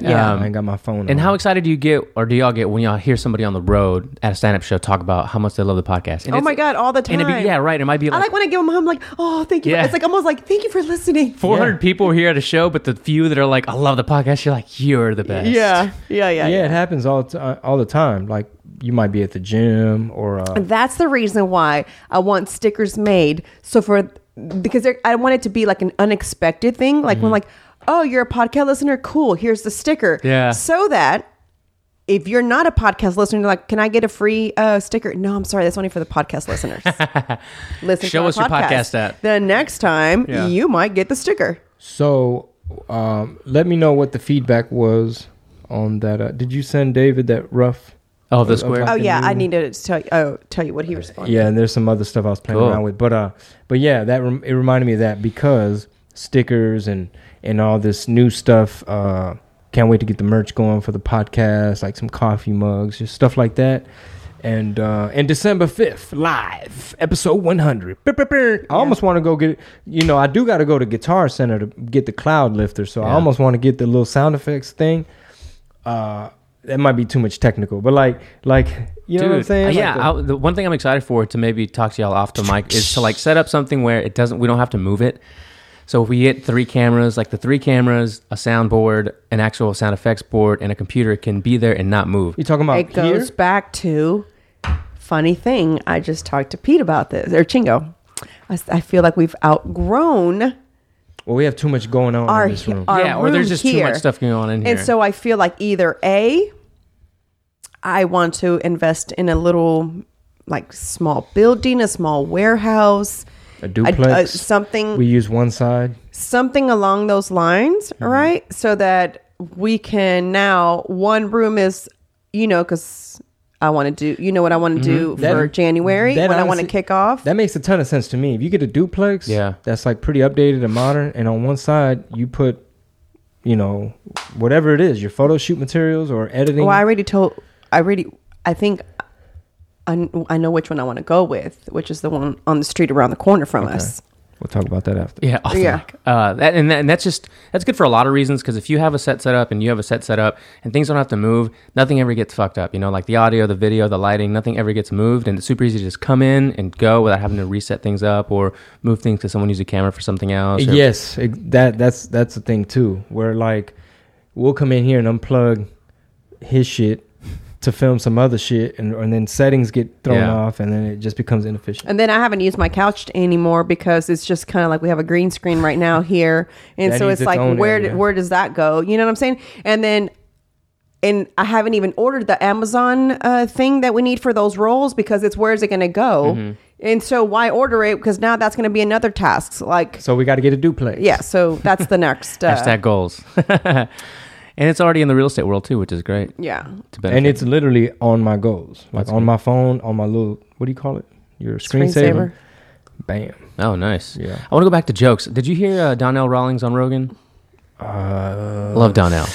B: yeah.
D: Um,
B: I ain't got my phone.
D: And
B: on.
D: how excited do you get, or do y'all get when y'all hear somebody on the road at a stand-up show talk about how much they love the podcast? And
C: oh
D: it's-
C: my god, all the time.
D: And it'd be, yeah, right. It might be
C: I
D: like,
C: like when I give them. I'm like, oh, thank you.
D: Yeah.
C: It's like almost like thank you for listening.
D: 400 people here at a show, but the few that are like, I love the podcast, you're like, you're the best.
C: Yeah, yeah, yeah,
B: Yeah, it happens all t- uh, all the time. Like you might be at the gym or uh,
C: That's the reason why I want stickers made. So for because there- I want it to be like an unexpected thing, like
D: Mm-hmm.
C: when like, oh, you're a podcast listener, cool. Here's the sticker.
D: Yeah.
C: So that if you're not a podcast listener, you're like, can I get a free uh, sticker? No, I'm sorry, that's only for the podcast listeners. Listen,
D: Show
C: to our
D: us your podcast at.
C: The next time you might get the sticker.
B: so. Um, let me know what the feedback was on that. Uh, did you send David that rough?
D: Oh, the
B: Of- of
D: square.
C: Oh
B: Fucking
C: yeah, I
B: you.
C: need to tell you. Oh, tell you what he responded.
B: Yeah, and there's some other stuff I was playing
D: Cool.
B: around with, but uh, but yeah, that rem- it reminded me of that because stickers and and all this new stuff. Uh, can't wait to get the merch going for the podcast, like some coffee mugs, just stuff like that. And uh, and December fifth, live episode one hundred. I almost want to go get you know I do got to go to Guitar Center to get the cloud lifter, so I
D: Yeah.
B: almost want to get the little sound effects thing. Uh, that might be too much technical, but like like you know what I'm
D: Dude,
B: saying? Like
D: yeah.
B: the-
D: I, the one thing I'm excited for to maybe talk to y'all off the mic is to like set up something where it doesn't. We don't have to move it. So if we get three cameras, like the three cameras, a soundboard, an actual sound effects board, and a computer can be there and not move.
B: You talking about
C: it goes
B: here?
C: back to funny thing i just talked to pete about this or chingo i, s- I feel like we've outgrown
B: Well, we have too much going on
C: our, uh,
B: in this room.
C: our
D: Yeah, or there's
C: room
D: just too
C: here.
D: much stuff going on in
C: and
D: here.
C: so i feel like either a i want to invest in a little like small building a small warehouse
B: a duplex.
C: something
B: we use one side.
C: something along those lines,
B: Mm-hmm.
C: right? So that we can now one room is, you know, because I want to do, you know, what I want to do
B: Mm-hmm. That-
C: for January
B: that
C: when I want to
B: honestly-
C: kick off.
B: That makes a ton of sense to me. If you get a duplex,
D: Yeah.
B: that's like pretty updated and modern, and on one side you put, you know, whatever it is, your photo shoot materials or editing.
C: well, I already told, I already, I think. I, I know which one I want to go with, which is the one on the street around the corner from us.
B: We'll talk about that after.
D: Yeah, off the
C: Yeah.
D: mic. Uh, that, and, that, and that's just that's good for a lot of reasons because if you have a set set up and you have a set set up and things don't have to move, nothing ever gets fucked up. You know, like the audio, the video, the lighting, nothing ever gets moved, and it's super easy to just come in and go without having to reset things up or move things because someone used a camera for something else. or-
B: Yes, ex- that that's that's the thing too. Where like we'll come in here and unplug his shit to film some other shit, and and then settings get thrown
D: Yeah.
B: off, and then it just becomes inefficient.
C: And then I haven't used my couch anymore because it's just kind of like we have a green screen right now here, and
B: That
C: so
B: needs
C: it's
B: its
C: like
B: own
C: where
B: area.
C: where does that go? You know what I'm saying? And then. And I haven't even ordered the Amazon uh, thing that we need for those rolls because it's where is it going to go?
B: Mm-hmm.
C: And so why order it? Because now that's going to be another task. Like,
B: So we got to get a duplex.
C: yeah. So that's the next. Uh,
D: Hashtag goals. and it's already in the real estate world too, which is great.
C: Yeah.
D: To benefit.
B: and it's literally on my goals, like
D: That's
B: on
D: good.
B: my phone, on my little what do you call it? Your screensaver.
C: Screensaver.
B: Bam.
D: oh, nice.
B: Yeah.
D: I want to go back to jokes. Did you hear uh, Donnell Rawlings on Rogan?
B: Uh,
D: Love Donnell.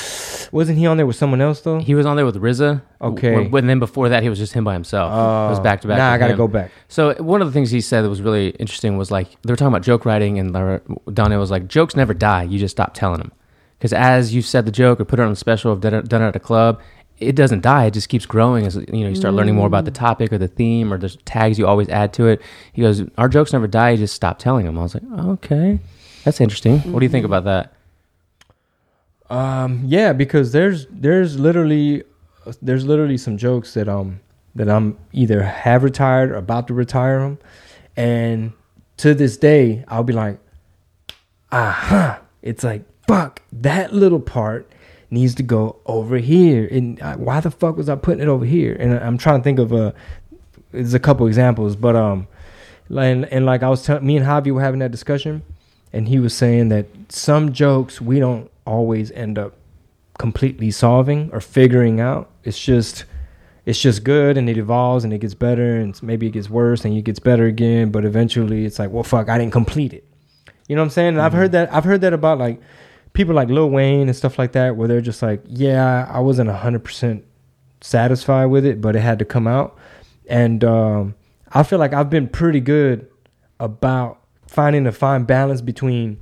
B: Wasn't he on there with someone else though?
D: He was on there with RZA.
B: Okay. Oh.
D: W- And then before that, he was just him by himself. it was back to back.
B: Nah,
D: with
B: I gotta
D: him.
B: go back.
D: So one of the things he said that was really interesting was like they were talking about joke writing, and they were- Donnell was like, "Jokes never die. You just stop telling them." Because as you said the joke or put it on a special or done it done it at a club, it doesn't die. It just keeps growing as you know you start learning more
B: Mm.
D: about the topic or the theme or the tags you always add to it. He goes, "Our jokes never die. You just stop telling them." I was like, "Okay, that's interesting. What do you think
B: Mm.
D: about that?"
B: Um, yeah, because there's there's literally there's literally some jokes that um that I'm either have retired or about to retire them, and to this day I'll be like, aha, it's like fuck that little part needs to go over here, and I, why the fuck was I putting it over here? And I- I'm trying to think of a there's a couple examples, but um, and and like I was telling me and Javi were having that discussion, and he was saying that some jokes we don't always end up completely solving or figuring out. It's just it's just good and it evolves and it gets better and maybe it gets worse and it gets better again, but eventually it's like, well, fuck, I didn't complete it. You know what I'm saying? And I've heard that I've heard that about like people like Lil Wayne and stuff like that, where they're just like, yeah, I wasn't hundred percent satisfied with it, but it had to come out. And um, I feel like I've been pretty good about finding a fine balance between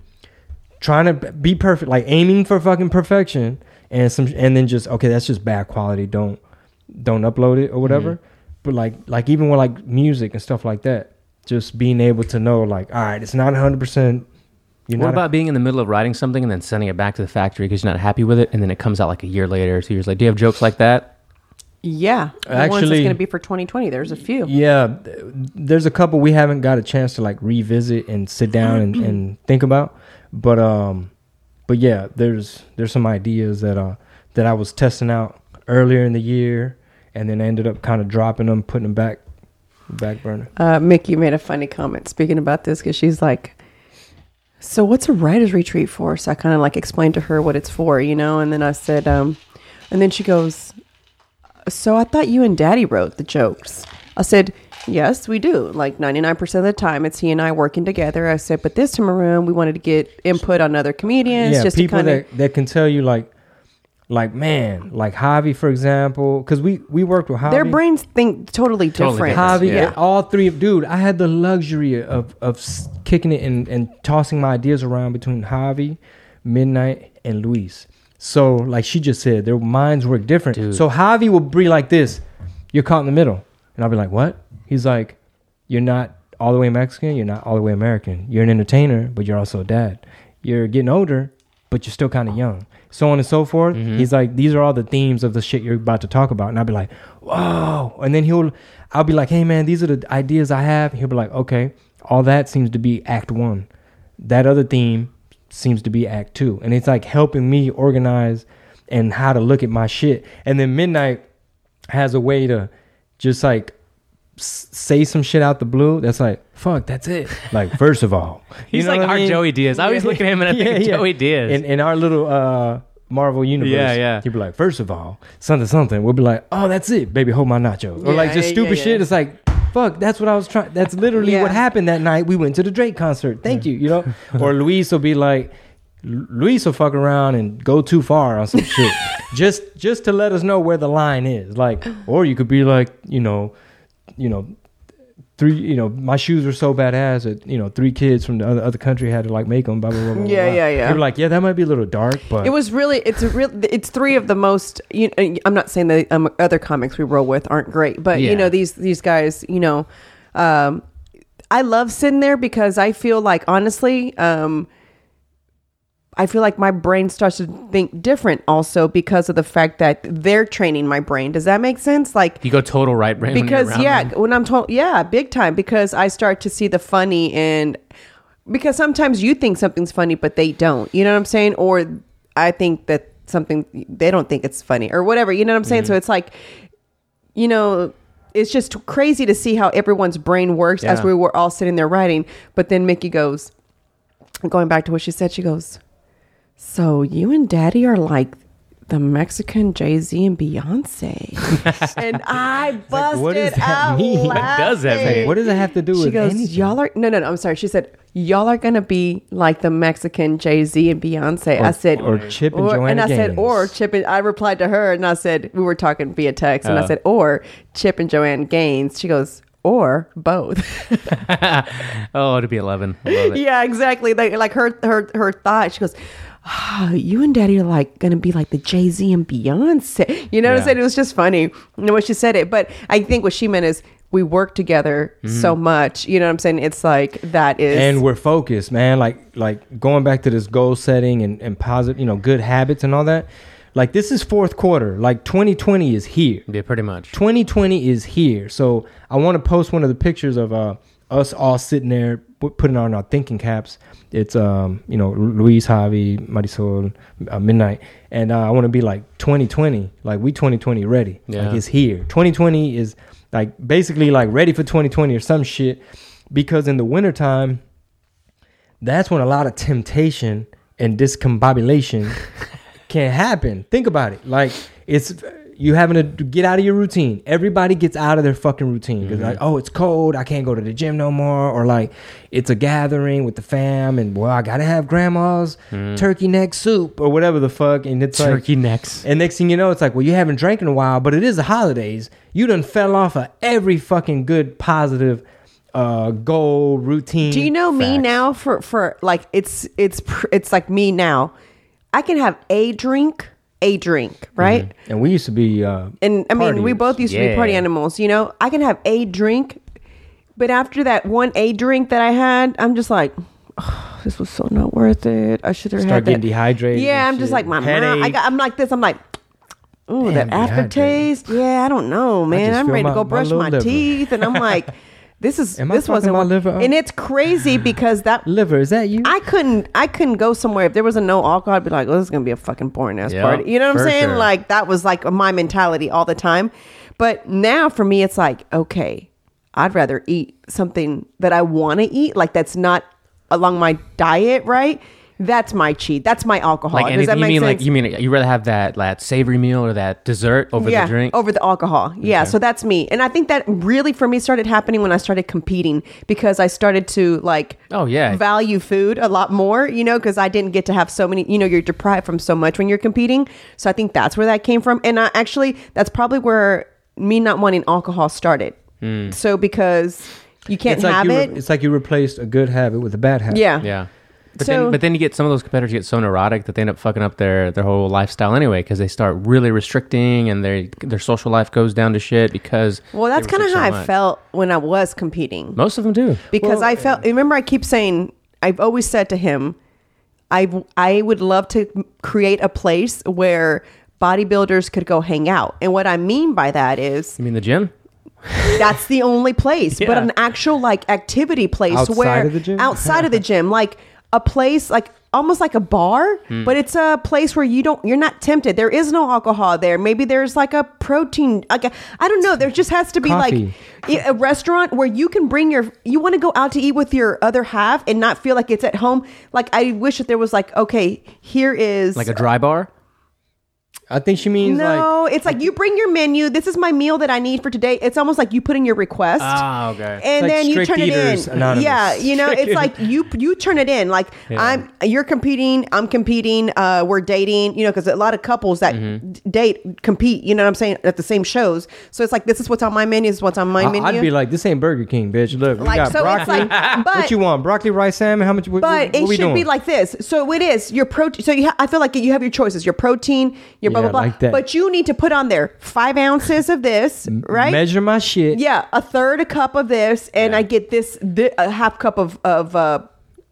B: trying to be perfect, like aiming for fucking perfection, and some, and then just okay, that's just bad quality. Don't don't upload it or whatever.
D: Mm-hmm.
B: But like like even with like music and stuff like that, just being able to know like, all right, it's not hundred percent. You're
D: what
B: not a-
D: about being in the middle of writing something and then sending it back to the factory because you're not happy with it, and then it comes out like a year later, two years later? Do you have jokes like that?
C: Yeah. the ones that's
B: Actually-
C: going to be for 2020. There's a few.
B: Yeah, th- there's a couple we haven't got a chance to like revisit and sit down and, and think about, but um, but yeah, there's there's some ideas that uh that I was testing out earlier in the year, and then ended up kind of dropping them, putting them back back burner.
C: Uh, Mickey made a funny comment speaking about this because she's like, "So what's a writer's retreat for?" So I kind of like explained to her what it's for, you know. And then I said, um, and then she goes, "So I thought you and Daddy wrote the jokes." I said, "Yes, we do. Like ninety nine percent of the time, it's he and I working together." I said, "But this time around, we wanted to get input on other comedians,
B: yeah,
C: just to
B: people
C: kind of."
B: that that can tell you like like man, like Javi for example, because we we worked with Javi.
C: Their brains think totally different.
D: different.
B: Javi,
D: Yeah.
B: all three of dude, I had the luxury of of s- kicking it and, and tossing my ideas around between Javi, Midnight, and Luis. So like she just said, their minds work different.
D: Dude.
B: So Javi will be like this, you're caught in the middle, and I'll be like, what? He's like, you're not all the way Mexican, you're not all the way American. You're an entertainer, but you're also a dad. You're getting older, but you're still kind of young. So on and so forth. He's like, these are all the themes of the shit you're about to talk about. And I'll be like, whoa. And then he'll, I'll be like, hey, man, these are the ideas I have. And he'll be like, okay, all that seems to be act one. That other theme seems to be act two. And it's like helping me organize and how to look at my shit. And then Midnight has a way to just like s- say some shit out the blue that's like fuck that's it like first of all You
D: He's
B: know
D: like
B: what I
D: our
B: mean?
D: Joey Diaz. I always look at him and I think Joey Diaz.
B: in, in our little uh marvel universe
D: Yeah, yeah.
B: he'd be like first of all something something we'll be like oh that's it baby hold my nacho or like
C: Yeah,
B: just
C: yeah,
B: stupid
C: yeah,
B: shit
C: yeah.
B: it's like fuck that's what i was trying that's literally
C: Yeah.
B: what happened that night we went to the drake concert thank you you know or luis will be like Lu- Luis will fuck around and go too far on some shit, just just to let us know where the line is. Like, or you could be like, you know, you know, three, you know, my shoes were so badass that you know three kids from the other, other country had to like make them. Blah blah blah. blah
C: Yeah,
B: blah.
C: yeah, yeah.
B: They were like, yeah, that might be a little dark, but
C: It was really it's a real it's three of the most. You, I'm not saying the um, other comics we roll with aren't great, but
D: Yeah.
C: you know these these guys. You know, um, I love sitting there because I feel like honestly, um, I feel like my brain starts to think different also because of the fact that they're training my brain. Does that make sense? Like
D: You go total right brain when you're
C: because
D: around
C: yeah
D: them.
C: when i'm told yeah big time because i start to see the funny and because sometimes you think something's funny but they don't you know what i'm saying or i think that something they don't think it's funny or whatever you know what i'm saying so
D: Mm-hmm.
C: it's like you know it's just crazy to see how everyone's brain works as
D: Yeah.
C: we were all sitting there writing but then mickey goes going back to what she said she goes so you and daddy are like the Mexican Jay Z and Beyonce, and I busted
B: what does that
C: out
B: mean? What
D: does that
C: laughing.
D: mean?
B: what does it have to do
C: She
B: with
C: goes,
B: anything?
C: y'all are no, no, no. I'm sorry. She said, y'all are gonna be like the Mexican Jay Z and Beyonce. I said,
B: or Chip and
C: or- and
B: Joanna
C: I said,
B: Gaines.
C: or Chip and I replied to her, and I said, we were talking via text,
B: Oh.
C: and I
D: Uh.
C: said, or Chip and Joanne Gaines. She goes, or both.
D: Oh, it'd be eleven. I Love it.
C: yeah, exactly. They, like her, her, her thought. She goes, ah, "You and Daddy are like gonna be like the Jay Z and Beyonce." You know what
D: Yeah.
C: I'm saying? It was just funny the way she said it. But I think what she meant is we work together so much. You know what I'm saying? It's like that is
B: and we're focused man like like going back to this goal setting and, and positive you know good habits and all that like this is fourth quarter like 2020 is here
D: Yeah, pretty much.
B: 2020 is here so i want to post one of the pictures of uh us all sitting there pu- putting on our thinking caps it's um you know luis javi marisol uh, midnight and uh, i want to be like 2020 like we 2020 ready
D: Yeah.
B: like it's here 2020 is like basically like ready for 2020 or some shit because in the wintertime that's when a lot of temptation and discombobulation can happen. Think about it. Like it's you having to get out of your routine. Everybody gets out of their fucking routine because
C: Mm-hmm.
B: like, oh, it's cold. I can't go to the gym no more. Or like, it's a gathering with the fam, and well, I gotta have grandma's
C: Mm-hmm.
B: turkey neck soup or whatever the fuck. And it's like
D: Turkey necks.
B: and next thing you know, it's like, well, you haven't drank in a while, but it is the holidays. You done fell off of every fucking good positive uh, goal routine.
C: Do you know me
B: fact.
C: now for for like it's it's pr- it's like me now. I can have a drink, a drink, right?
B: And we used to be. Uh,
C: And I mean, we
B: partiers.
C: both used to be party
D: Yeah.
C: animals, you know. I can have a drink, but after that one a drink that I had, I'm just like "Oh, this was so not worth it. I should have
B: Start
C: had that.
B: getting dehydrated
C: Yeah,
B: and
C: I'm just
B: shit.
C: like my mom. I
B: Headache.
C: got, I'm like this. I'm like, ooh,
B: Damn,
C: that aftertaste. Yeah, I don't know, man.
B: just
C: I'm
B: feel
C: ready
B: my-
C: to go
B: my
C: brush
B: little
C: my
B: liver.
C: teeth, and I'm like, this is
B: Am I
C: this
B: fucking
C: wasn't
B: my
C: what-
B: liver up?
C: And it's crazy because that
B: liver, is that you?
C: I couldn't I couldn't go somewhere if there was a no alcohol. I'd be like, oh, this is gonna be a fucking boring ass
D: Yeah,
C: party. You know what
D: for
C: I'm saying?
D: sure.
C: Like that was like my mentality all the time. But now for me, it's like okay, I'd rather eat something that I want to eat, like that's not along my diet, right? That's my cheat. That's my alcohol.
D: Like
C: Does
D: anything
C: that
D: you
C: make
D: mean
C: sense?
D: like you mean you rather have that that savory meal or that dessert over
C: yeah,
D: the drink?
C: over the alcohol. Yeah, so that's me, and I think that really for me started happening when I started competing because I started to like
D: Oh, yeah.
C: value food a lot more, you know, because I didn't get to have so many, you know, you're deprived from so much when you're competing. So I think that's where that came from, and I actually that's probably where me not wanting alcohol started.
D: Hmm.
C: So because you can't
B: it's like
C: have
B: you re-
C: it,
B: It's like you replaced a good habit with a bad habit.
C: yeah,
D: Yeah. But,
C: So-
D: then, but then you get some of those competitors get so neurotic that they end up fucking up their, their whole lifestyle anyway because they start really restricting and their their social life goes down to shit because
C: Well, that's
D: they
C: kind of
D: restrict
C: how
D: so
C: I
D: much.
C: felt when I was competing.
D: Most of them do.
C: because I felt. Remember, I keep saying I've always said to him, I I would love to create a place where bodybuilders could go hang out, and what I mean by that is
D: You mean the gym?
C: that's the only place, but
D: Yeah.
C: an actual like activity place
B: Outside
C: where
B: of the gym?
C: outside of the gym, like a place like almost like a bar, but it's a place where you don't you're not tempted. There is no alcohol there. Maybe there's like a protein like a, I don't know, there just has to be
B: Coffee.
C: like i- a restaurant where you can bring your you want to go out to eat with your other half and not feel like it's at home. Like I wish that there was like okay, here is
D: Like a dry bar?
B: I think she means
C: No, it's like you bring your menu. This is my meal that I need for today. It's almost like you put in your request.
D: Ah, okay.
C: And
B: It's like
C: then you
B: strict
C: turn it
B: eaters
C: in.
B: anonymous.
C: Yeah, you know, it's like you you turn it in. Like I'm, you're competing. I'm competing. Uh, we're dating. You know, because a lot of couples that
B: Mm-hmm.
C: d- date compete. You know what I'm saying at the same shows. So it's like this is what's on my menu. This is what's on my
B: like
C: menu.
B: I, would be like, this ain't Burger King, bitch. Look, we
C: Like,
B: got
C: so it's
B: broccoli.
C: like- but-
B: what you want? Broccoli, rice, salmon? How much? What,
C: but
B: what
C: it
B: we
C: should
B: doing?
C: be like this. So it is your protein. So you ha- I feel like you have your choices: your protein, your blah
B: Yeah,
C: blah blah.
B: like that.
C: But you need to put on there five ounces of this, right?
B: Measure my shit.
C: Yeah, a third a cup of this, and I get this thi- a half cup of of uh,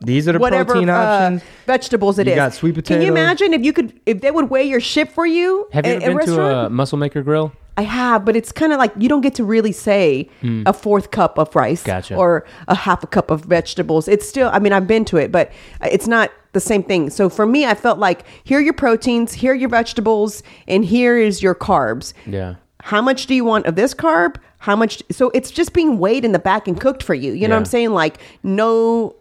B: These are the
C: whatever
B: protein
C: uh,
B: options.
C: vegetables it is.
B: You got sweet
C: Can you
B: potato.
C: imagine if you could if they would weigh your shit for you?
D: Have you
C: at-
D: ever
C: at
D: been to a
C: restaurant?
D: Muscle Maker Grill?
C: I have, but it's kind of like you don't get to really say a fourth cup of rice,
D: Hmm. Gotcha.
C: or a half a cup of vegetables. It's still, I mean, I've been to it, but it's not the same thing. So for me, I felt like here are your proteins, here are your vegetables, and here is your carbs.
D: Yeah.
C: How much do you want of this carb? How much? So it's just being weighed in the back and cooked for you. You know what I'm
D: Yeah.
C: saying? Like no,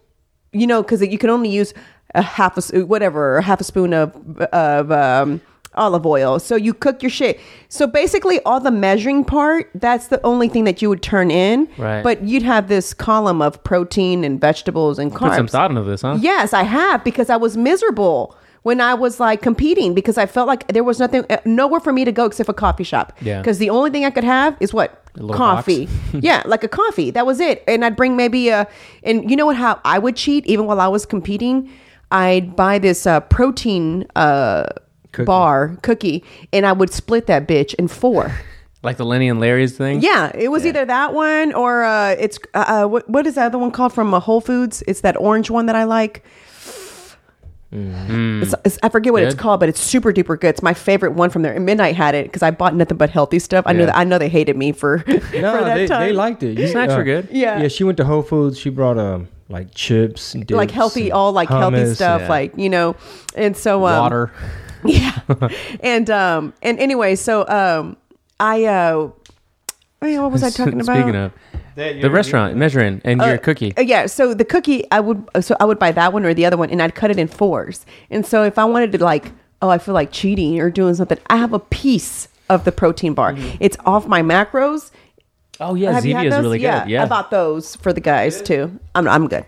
C: you know, because you can only use a half a s- whatever, a half a spoon of of um, olive oil. So you cook your shit. So basically, all the measuring part. That's the only thing that you would turn in.
D: Right.
C: But you'd have this column of protein and vegetables and carbs.
D: Put some thought into this, huh?
C: Yes, I have because I was miserable when I was like competing because I felt like there was nothing, uh, nowhere for me to go except a coffee shop.
D: Yeah.
C: Because the only thing I could have is what
D: little
C: coffee. yeah, like a coffee. That was it. And I'd bring maybe a, and you know what? How I would cheat even while I was competing, I'd buy this uh, protein uh, bar cookie and I would split that bitch in four.
D: Like the Lenny and Larry's thing?
C: Yeah, it was either that one or uh, it's uh, uh, what, what is the other one called from uh, Whole Foods? It's that orange one that I like. It's, it's, I forget what it's
D: Good.
C: called, but it's super duper good. It's my favorite one from there. And Midnight had it because I bought nothing but healthy stuff. I know
D: Yeah.
C: that I know they hated me for, for
B: No,
C: that
B: they,
C: time.
B: they liked it. You, uh,
D: Snacks were good.
C: Yeah.
B: Yeah, she went to Whole Foods. She brought um like chips, and dips
C: like healthy,
B: and
C: all like healthy
B: hummus
C: stuff,
B: and-
C: like you know, and so um,
D: Water.
C: yeah and um and anyway so um i uh man, what was i talking about
D: Speaking of the restaurant, measuring, and your cookie.
C: Uh, yeah, so the cookie I would so I would buy that one or the other one and I'd cut it in fours. And so if I wanted to like, oh, I feel like cheating or doing something, I have a piece of the protein bar. It's off my macros.
D: Oh, Mm-hmm. yeah.
C: have you
D: Zevia
C: had
D: is
C: those?
D: really good. Yeah.
C: I bought those for the guys too. I'm I'm good.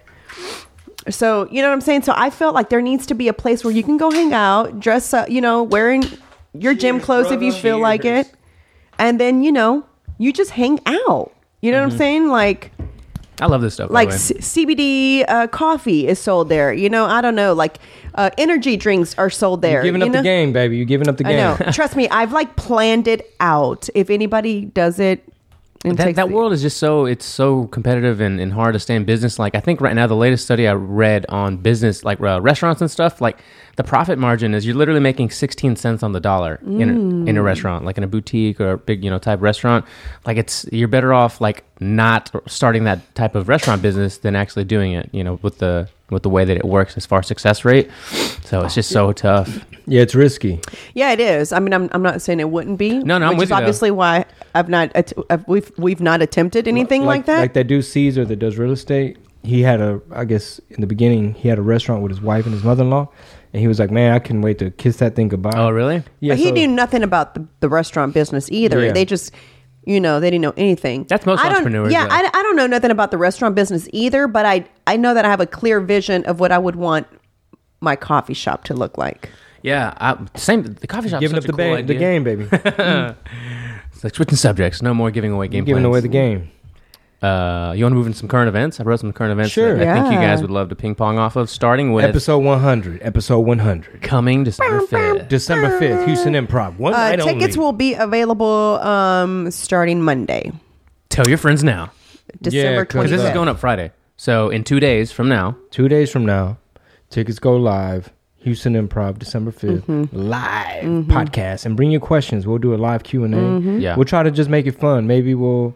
C: So, you know what I'm saying? So I felt like there needs to be a place where you can go hang out, dress up, you know, wearing your gym clothes if you
B: brother.
C: feel like
B: Cheers.
C: it. And then, you know, you just hang out. You know what
D: Mm-hmm.
C: I'm saying? Like
D: I love this stuff. by
C: like
D: the way.
C: C- CBD uh, coffee is sold there. You know, I don't know. Like uh, energy drinks are sold there.
B: Giving
C: you
B: up
C: know?
B: the game, baby. You're giving up the
C: I
B: game.
C: know. Trust me, I've like planned it out. If anybody does it, and
D: that,
C: takes
D: that
C: the-
D: world is just so it's so competitive and, and hard to stay in business like i think right now the latest study i read on business like uh, restaurants and stuff like the profit margin is you're literally making 16 cents on the dollar in,
C: Mm.
D: a, in a restaurant like in a boutique or a big you know type restaurant like it's you're better off like not starting that type of restaurant business than actually doing it you know with the with the way that it works as far as success rate so it's just so tough
B: Yeah, it's risky.
C: Yeah, it is. I mean, I'm, I'm not saying it wouldn't be.
D: No, no, I'm
C: which
D: with
C: is
D: you, though.
C: obviously why I've not att- I've, we've we've not attempted anything like, that.
B: Like that dude Caesar that does real estate. He had a, I guess in the beginning, he had a restaurant with his wife and his mother-in-law, and he was like, "Man, I couldn't wait to kiss that thing goodbye."
D: oh really
B: Yeah,
C: but he
B: so-
C: knew nothing about the, the restaurant business either.
B: Yeah.
C: They just, you know, they didn't know anything.
D: That's most
C: I don't-
D: entrepreneurs,
C: Yeah,
D: though.
C: I, I don't know nothing about the restaurant business either, but I I know that I have a clear vision of what I would want my coffee shop to look like.
D: yeah I, same the coffee shop
B: giving up the,
D: cool
B: ba- the
D: idea.
B: game, baby.
D: It's like switching subjects no more giving away game
B: giving
D: plans.
B: away the game.
D: Uh, you want to move into some current events? I wrote some current events
B: Sure.
D: that I think you
C: Yeah.
D: guys would love to ping pong off of, starting with
B: Episode 100. Episode 100.
D: coming December 5th.
B: December 5th, Houston Improv. One
C: Uh,
B: night
C: tickets
B: only.
C: will be available um, starting Monday,
D: Tell your friends now.
C: December
B: 'cause
D: Because
C: twenty
D: this is
C: fifth.
D: going up Friday. So in two days from now,
B: Two days from now, tickets go live. Houston Improv, December 5th.
C: Mm-hmm.
B: Live podcast. And bring your questions. We'll do a live Q&A.
C: Mm-hmm.
D: Yeah.
B: We'll try to just make it fun. Maybe we'll,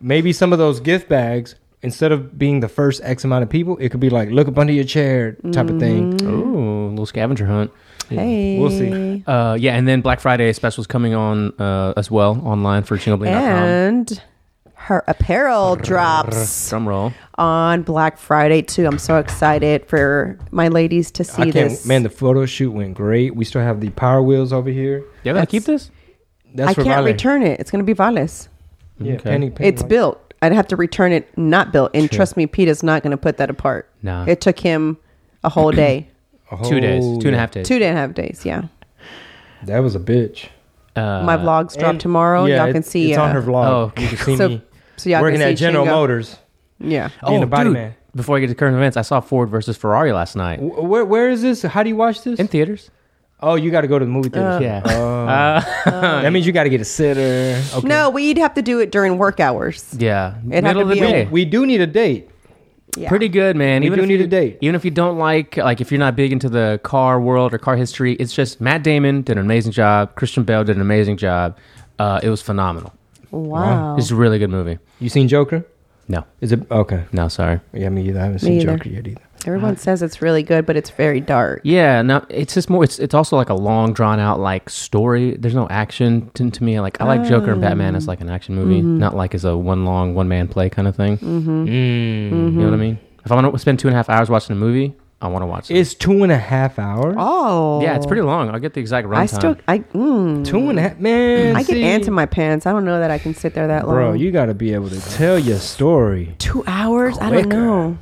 B: maybe some of those gift bags, instead of being the first X amount of people, it could be like, look up under your chair type of thing.
D: ooh, a little scavenger hunt.
C: Mm. Hey,
B: We'll see.
D: Uh, yeah, and then Black Friday specials coming on uh, as well online for jingleblink.com.
C: And apparel, apparel drops
D: Drum roll.
C: on Black Friday too. I'm so excited for my ladies to see
B: I can't.
C: this.
B: Man, the photo shoot went great. We still have the power wheels over here.
D: You gotta keep this.
B: That's
C: I
B: for
C: can't
B: Vale.
C: return it. It's going to be Vales.
B: Yeah,
D: Okay.
B: Penny, Penny
C: It's
B: like-
C: built. I'd have to return it not built. And trust me, Pete is not going to put that apart.
D: Nah.
C: It took him a whole day,
B: Oh,
D: Two days, two and a half days.
C: two day and a half days. Yeah.
B: yeah. That was a bitch.
D: Uh,
C: my vlogs drop
B: And-
C: tomorrow.
B: yeah,
C: y'all can
B: it-
C: see.
B: It's
C: uh,
B: on her vlog.
D: Oh, okay.
B: You can see
C: So-
B: me
C: so y'all can
B: working
C: see
B: at General
C: Shingo.
B: Motors.
C: Yeah.
B: being a body man.
D: Oh, Before I get to current events, I saw Ford versus Ferrari last night
B: Wh- Where, where is this? How do you watch this?
D: in theaters.
B: oh, you got to go to the movie theater.
C: Uh,
D: yeah.
B: Oh. that means you got to get a sitter. Okay.
C: No, we'd have to do it during work hours.
D: Yeah,
C: It had
D: middle
C: to
D: of the
C: be a-
D: day.
B: We do need a date.
C: Yeah.
D: Pretty good, man.
B: We do
D: if
B: need
D: you,
B: a date.
D: Even if you don't like, like, if you're not big into the car world or car history, it's just Matt Damon did an amazing job. Christian Bale did an amazing job. Uh, it was phenomenal.
C: Wow.
D: It's a really good movie.
B: You seen Joker?
D: No,
B: Is it okay?
D: no, sorry.
B: Yeah, me either. I haven't seen
C: either.
B: Joker yet either.
C: Everyone says it's really good, but it's very dark.
D: Yeah, no, it's just more. It's it's also like a long, drawn out like story. There's no action to, to me. Like I like Joker and Batman as like an action movie, not like as a one long one man play kind of thing. Mm. You know what I mean? If I want to spend two and a half hours watching a movie, I want to watch it.
B: It's two and a half hours.
C: Oh.
D: yeah, it's pretty long. I'll get the exact runtime.
C: I still, I, mm,
B: Two and a half. Man,
C: I get
B: see,
C: ants in my pants. I don't know that I can sit there that long.
B: Bro, you got to be able to tell your story.
C: two hours? I
B: Quicker.
C: don't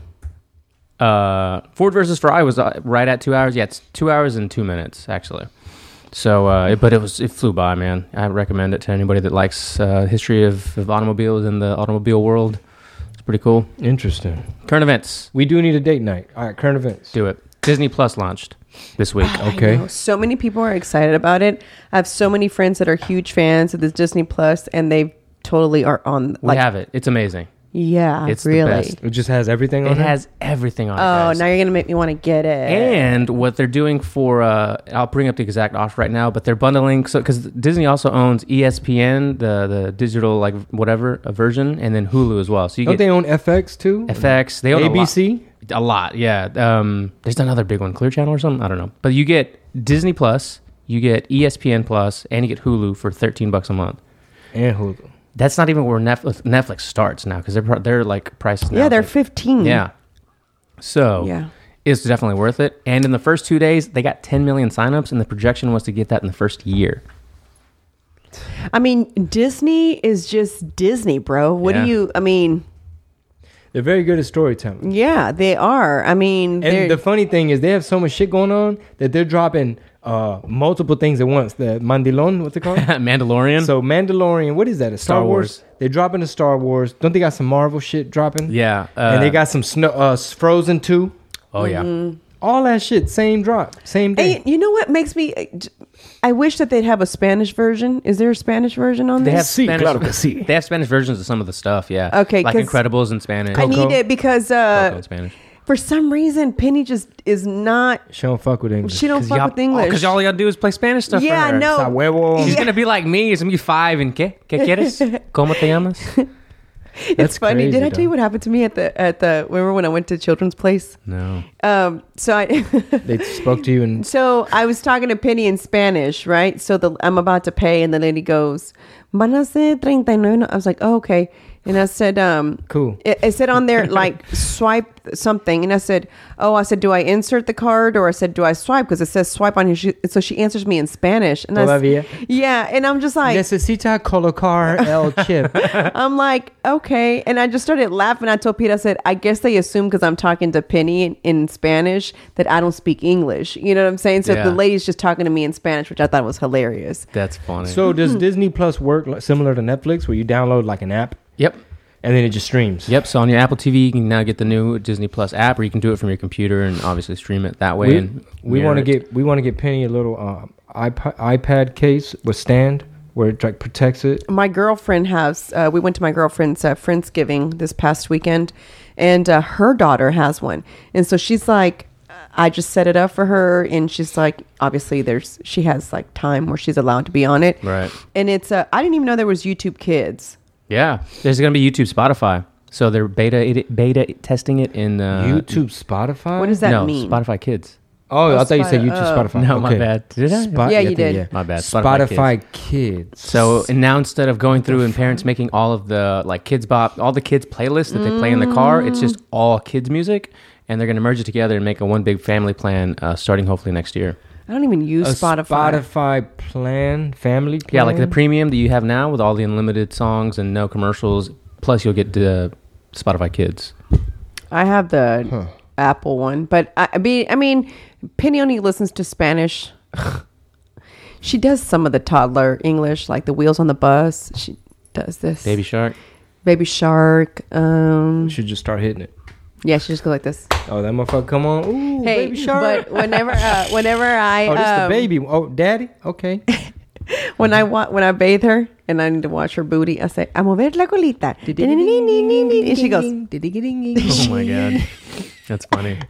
C: know.
D: uh, Ford versus Ferrari was uh, right at two hours. Yeah, it's two hours and two minutes actually. So, uh, it- but it was it flew by, man. I recommend it to anybody that likes uh, history of, of automobiles and the automobile world. It's pretty cool.
B: Interesting.
D: Current events,
B: We do need a date night. All right, current events.
D: do it. Disney Plus launched this week.
B: Okay.
C: I know. So many people are excited about it. I have so many friends that are huge fans of this Disney Plus, and they totally are on.
D: we
C: Like,
D: have it. It's amazing. Mm-hmm.
C: yeah,
D: It's the
C: really.
D: best.
B: It just has everything on
D: It
B: it.
D: has everything on it.
C: Oh,
D: guys.
C: now you're gonna make me want to get it.
D: And what they're doing for, uh, I'll bring up the exact offer right now, but they're bundling. So, because Disney also owns E ESPN, the the digital like whatever a version, and then Hulu as well. So you
B: Don't
D: get
B: they own FX too?
D: FX. They own
B: ABC.
D: a lot. A lot, yeah. Um, there's another big one, Clear Channel or something. I don't know. But you get Disney Plus, you get E ESPN Plus, and you get Hulu for 13 bucks a month.
B: and Hulu.
D: That's not even where Netflix, Netflix starts now because they're pro- they're like prices.
C: yeah,
D: now,
C: they're
D: like-
C: 15.
D: yeah. So
C: Mm-hmm. Yeah.
D: it's definitely worth it. And in the first two days, they got 10 million signups, and the projection was to get that in the first year.
C: I mean, Disney is just Disney, bro. What
D: Yeah.
C: do you? I mean,
B: They're very good at storytelling.
C: yeah, they are. I mean, Mm, they're-
B: And the funny thing is, they have so much shit going on that they're dropping uh, multiple things at once. The Mandilon, what's it called?
D: Mandalorian.
B: so Mandalorian, what is that? A Star,
D: Star
B: Wars.
D: Wars.
B: They're dropping a Star Wars. Don't they got some Marvel shit dropping?
D: yeah. Uh,
B: and they got some snow, uh, s- Frozen two.
D: Oh, yeah.
C: Mm-hmm.
B: All that shit, same drop, same day.
C: Hey, you know what makes me? I wish that they'd have a Spanish version. Is there a Spanish version on
D: They have,
C: this?
A: Sí,
D: Spanish,
A: claro que sí.
D: they have Spanish versions of some of the stuff, yeah.
C: Okay,
D: Like
C: 'cause
D: Incredibles in Spanish.
C: I
B: Coco.
C: need it because
D: Coco
C: uh,
D: in Spanish.
C: for some reason Penny just is not.
B: she don't fuck with English.
C: She don't fuck with English.
D: Because all you gotta do is play Spanish stuff. for
C: yeah,
D: her.
C: no.
B: Sa huevo.
D: She's
C: Yeah.
D: gonna be like me. It's gonna be five and qué? ¿Qué quieres? ¿Cómo te llamas?
B: That's
C: it's funny.
B: crazy,
C: Did I tell you
B: though.
C: what happened to me at the at the remember when I went to Children's Place?
D: No.
C: Um, so I
B: They spoke to you and
C: so I was talking to Penny in Spanish, right? So the I'm about to pay, and the lady goes, "Van a ser 39." I was like, oh, "Okay," and I said, um,
B: Cool.
C: It, it said on there like swipe something, and I said, "Oh," I said, "Do I insert the card or I said do I swipe?" Because it says swipe on here. She, so she answers me in Spanish, and I,
B: Todavía.
C: s- yeah, and I'm just like,
B: necesita colocar el chip.
C: I'm like, okay. And I just started laughing. I told Pete, I said, I guess they assume because I'm talking to Penny in, in Spanish that I don't speak English. You know what I'm saying? So
D: Yeah.
C: the lady's just talking to me in Spanish, which I thought was hilarious.
D: That's funny.
B: so does Disney Plus work li- similar to Netflix, where you download like an app
D: yep.
B: and then it just streams?
D: Yep. So on your Apple TV, you can now get the new Disney Plus app, or you can do it from your computer and obviously stream it that way.
B: We,
D: and
B: we
D: mirror
B: want to
D: it.
B: get we want to get Penny a little um, iPod, iPad case with stand where it like protects it.
C: My girlfriend has, uh, we went to my girlfriend's uh, Friendsgiving this past weekend, and uh, her daughter has one. And so she's like, I just set it up for her. And she's like, obviously, there's, she has like time where she's allowed to be on it.
D: Right.
C: And it's, uh, I didn't even know there was YouTube Kids.
D: Yeah. There's gonna be YouTube, Spotify. So they're beta beta testing it in uh,
B: YouTube, Spotify.
C: What does that
D: no,
C: mean?
D: Spotify Kids.
B: Oh,
C: Oh,
B: I thought you said
C: Spotify.
B: YouTube,
C: Oh.
B: Spotify.
D: No, my bad. Did I?
C: Yeah,
B: I
C: you
B: think,
C: did.
D: My bad. Spotify
B: Spotify,
D: Kids.
B: kids.
D: So and now instead of going through and parents making all of the like kids bop, all the kids playlists that they play in the car, it's
C: Mm.
D: just all kids music, and they're gonna merge it together and make a one big family plan uh, starting hopefully next year.
C: I don't even use
B: a
C: Spotify.
B: Spotify plan, family. Plan.
D: Yeah, like the premium that you have now with all the unlimited songs and no commercials. Plus, you'll get the Spotify Kids.
C: I have the Apple one, but I, I mean, I mean, Penny only listens to Spanish. she does some of the toddler English, like the wheels on the bus. She does this.
D: Baby Shark.
C: Baby shark. Um,
B: should just start hitting it.
C: yeah, she just goes like this.
B: Oh, that motherfucker, come on. Ooh,
C: Hey,
B: baby shark.
C: but whenever, uh, whenever I,
B: oh, this
C: um,
B: the baby. Oh, daddy. Okay.
C: when I wa- when I bathe her and I need to watch her booty, I say, "A mover la colita," and she goes.
D: Oh my god, that's funny.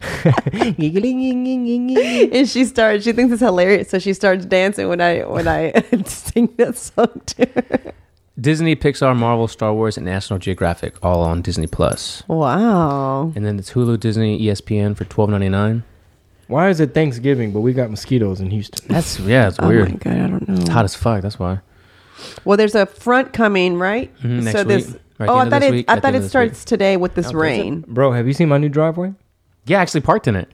C: and she starts she thinks it's hilarious so she starts dancing when i when i sing that song to her
D: Disney, Pixar, Marvel, Star Wars, and National Geographic all on Disney Plus.
C: wow
D: And then it's Hulu, Disney, E ESPN for twelve ninety nine.
B: Why is it Thanksgiving, but we got mosquitoes in Houston?
D: That's yeah, it's
C: oh
D: weird.
C: my god i don't
D: It's
C: know
D: hot as fuck. That's why.
C: well there's a front coming right
D: Mhm, next
C: so this
D: week. Or at the
C: oh
D: end
C: i
D: of
C: thought
D: this
C: it
D: week, at
C: i
D: the
C: thought
D: end of
C: it
D: this
C: starts
D: week. Oh,
C: today with this
D: does it?
C: rain
B: Bro, have you seen my new driveway?
D: Yeah, I actually parked in it.